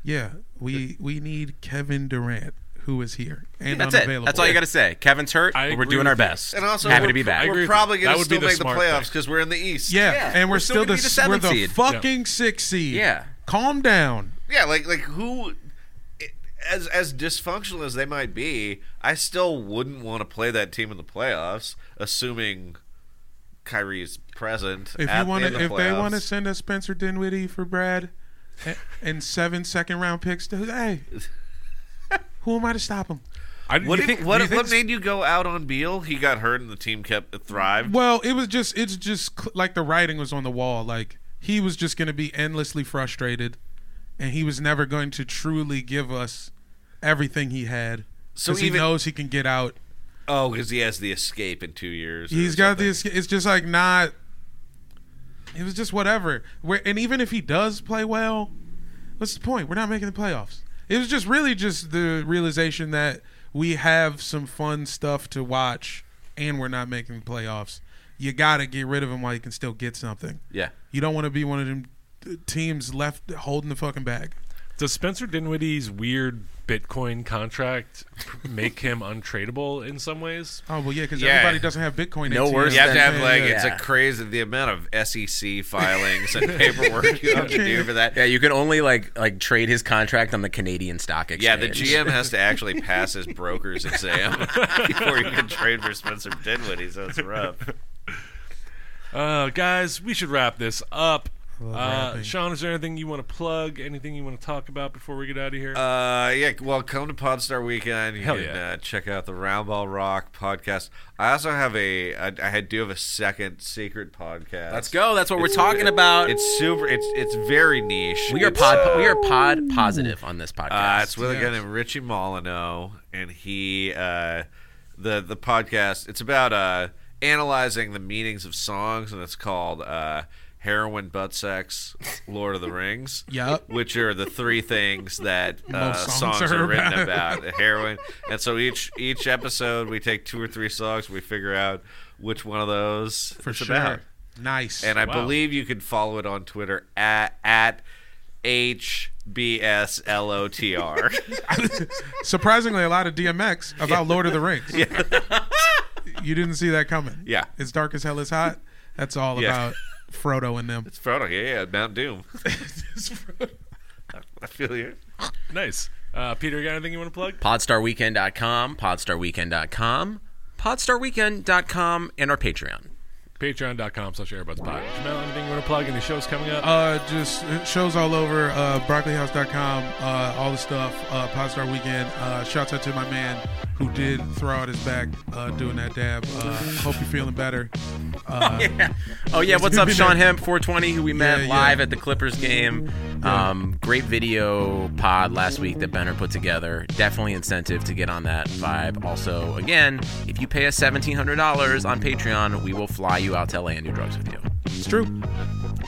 Yeah, we we need Kevin Durant, who is here and
That's
unavailable.
it. That's all you got to say. Kevin's hurt.
I
We're
agree
doing our
with you.
best.
And also,
happy
we're,
to be back.
I agree
We're
with
probably
you.
going
That
to
would
still
be the
make the
smart
playoffs
thing.
because we're in the East.
Yeah,
Yeah,
and we're,
we're
still
still
the,
gonna be the
s-
seventh
we're the
seed.
fucking sixth seed.
Yeah.
calm down.
Yeah, like like who it- as as dysfunctional as they might be, I still wouldn't want to play that team in the playoffs, assuming Kyrie's present.
If
at
you want
in the
to, if they
playoffs.
want to send us Spencer Dinwiddie for Brad, a- and seven second round picks, to, hey, who am I to stop him?
I,
what
you
do-
think,
what,
do you think
what made you go out on Beal? He got hurt and the team kept it thrived.
Well, it was just it's just cl- like the writing was on the wall. Like he was just going to be endlessly frustrated, and he was never going to truly give us everything he had.
So
So he
even-
knows he can get out.
Oh, because he has the escape in two years. or
He's got
something.
this. It's just like not. It was just whatever. Where and even if he does play well, what's the point? We're not making the playoffs. It was just really just the realization that we have some fun stuff to watch, and we're not making the playoffs. You gotta get rid of him while you can still get something.
Yeah.
You don't want to be one of them uh, teams left holding the fucking bag.
Does Spencer Dinwiddie's weird Bitcoin contract make him untradeable in some ways?
Oh well, yeah, because
Yeah.
everybody doesn't have Bitcoin.
No
ATMs.
worse
You have to
than-
have like
Yeah.
it's a crazy the amount of SEC filings and paperwork you have to do for that.
Yeah, you can only like like trade his contract on the Canadian stock exchange.
Yeah, the GM has
[LAUGHS]
to actually pass his broker's exam before you can trade for Spencer Dinwiddie. So it's rough.
Uh, guys, we should wrap this up. Uh,
wrapping.
Sean, is there anything you want to plug? Anything you want to talk about before we get out of here?
Uh, yeah. Well, come to Podstar Weekend. You
Hell
can
yeah.
uh, check out the Roundball Rock podcast. I also have a. I, I had- do have a second secret podcast.
Let's go. That's what we're talking about.
It's super. It's it's very niche.
we are
It's,
pod we are pod positive on this
Uh,
podcast.
it's with a guy named Richie Molyneux, and he uh, the the podcast. It's about uh, analyzing the meanings of songs, and it's called uh, "Heroin, Butt Sex, Lord of the Rings."
[LAUGHS] Yup.
which are the three
[LAUGHS]
things that uh,
Most
songs,
songs
are,
are
written about.
about. [LAUGHS]
heroin. And so each each episode, we take two or three songs, we figure out which one of those
for
it's
sure.
about.
Nice.
And I
Wow.
believe you can follow it on Twitter at at [LAUGHS] HBSLOTR.
Surprisingly, a lot of DMX about Lord of the
[LAUGHS]
Rings. [LAUGHS] you didn't see that coming.
Yeah.
It's dark as hell is hot. That's all
Yeah. [LAUGHS]
about Frodo and them.
It's Frodo, yeah, yeah, Mount [LAUGHS] Doom. I feel you.
nice. Uh, Peter, you got anything you want to plug?
Podstarweekend.com, podstarweekend.com, podstarweekend.com, and our Patreon.
Patreon.com slash AirbudsPod. Jamel, anything you want to plug? Any shows coming up?
Uh, just shows all over uh, broccolihouse.com, uh, all the stuff, uh, Podstar Weekend. Uh, shouts out to my man who did throw out his back uh, doing that dab. Uh, hope you're feeling better.
Oh yeah,
[LAUGHS]
what's up, Sean Hemp, 420, who we met
Yeah, yeah.
live at the Clippers game. Um, great video pod last week that Benner put together. Definitely incentive to get on that vibe. Also, again, if you pay us seventeen hundred dollars on Patreon, we will fly you out to LA and do drugs with you.
It's true.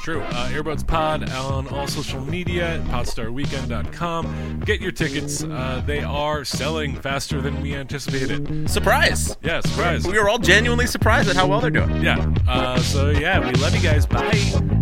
True. Uh, Earbuds Pod on all social media, podstarweekend.com. Get your tickets. Uh, they are selling faster than we anticipated.
Surprise!
Yeah, surprise.
We are all genuinely surprised at how well they're doing.
Yeah. Uh, so, yeah, we love you guys. Bye.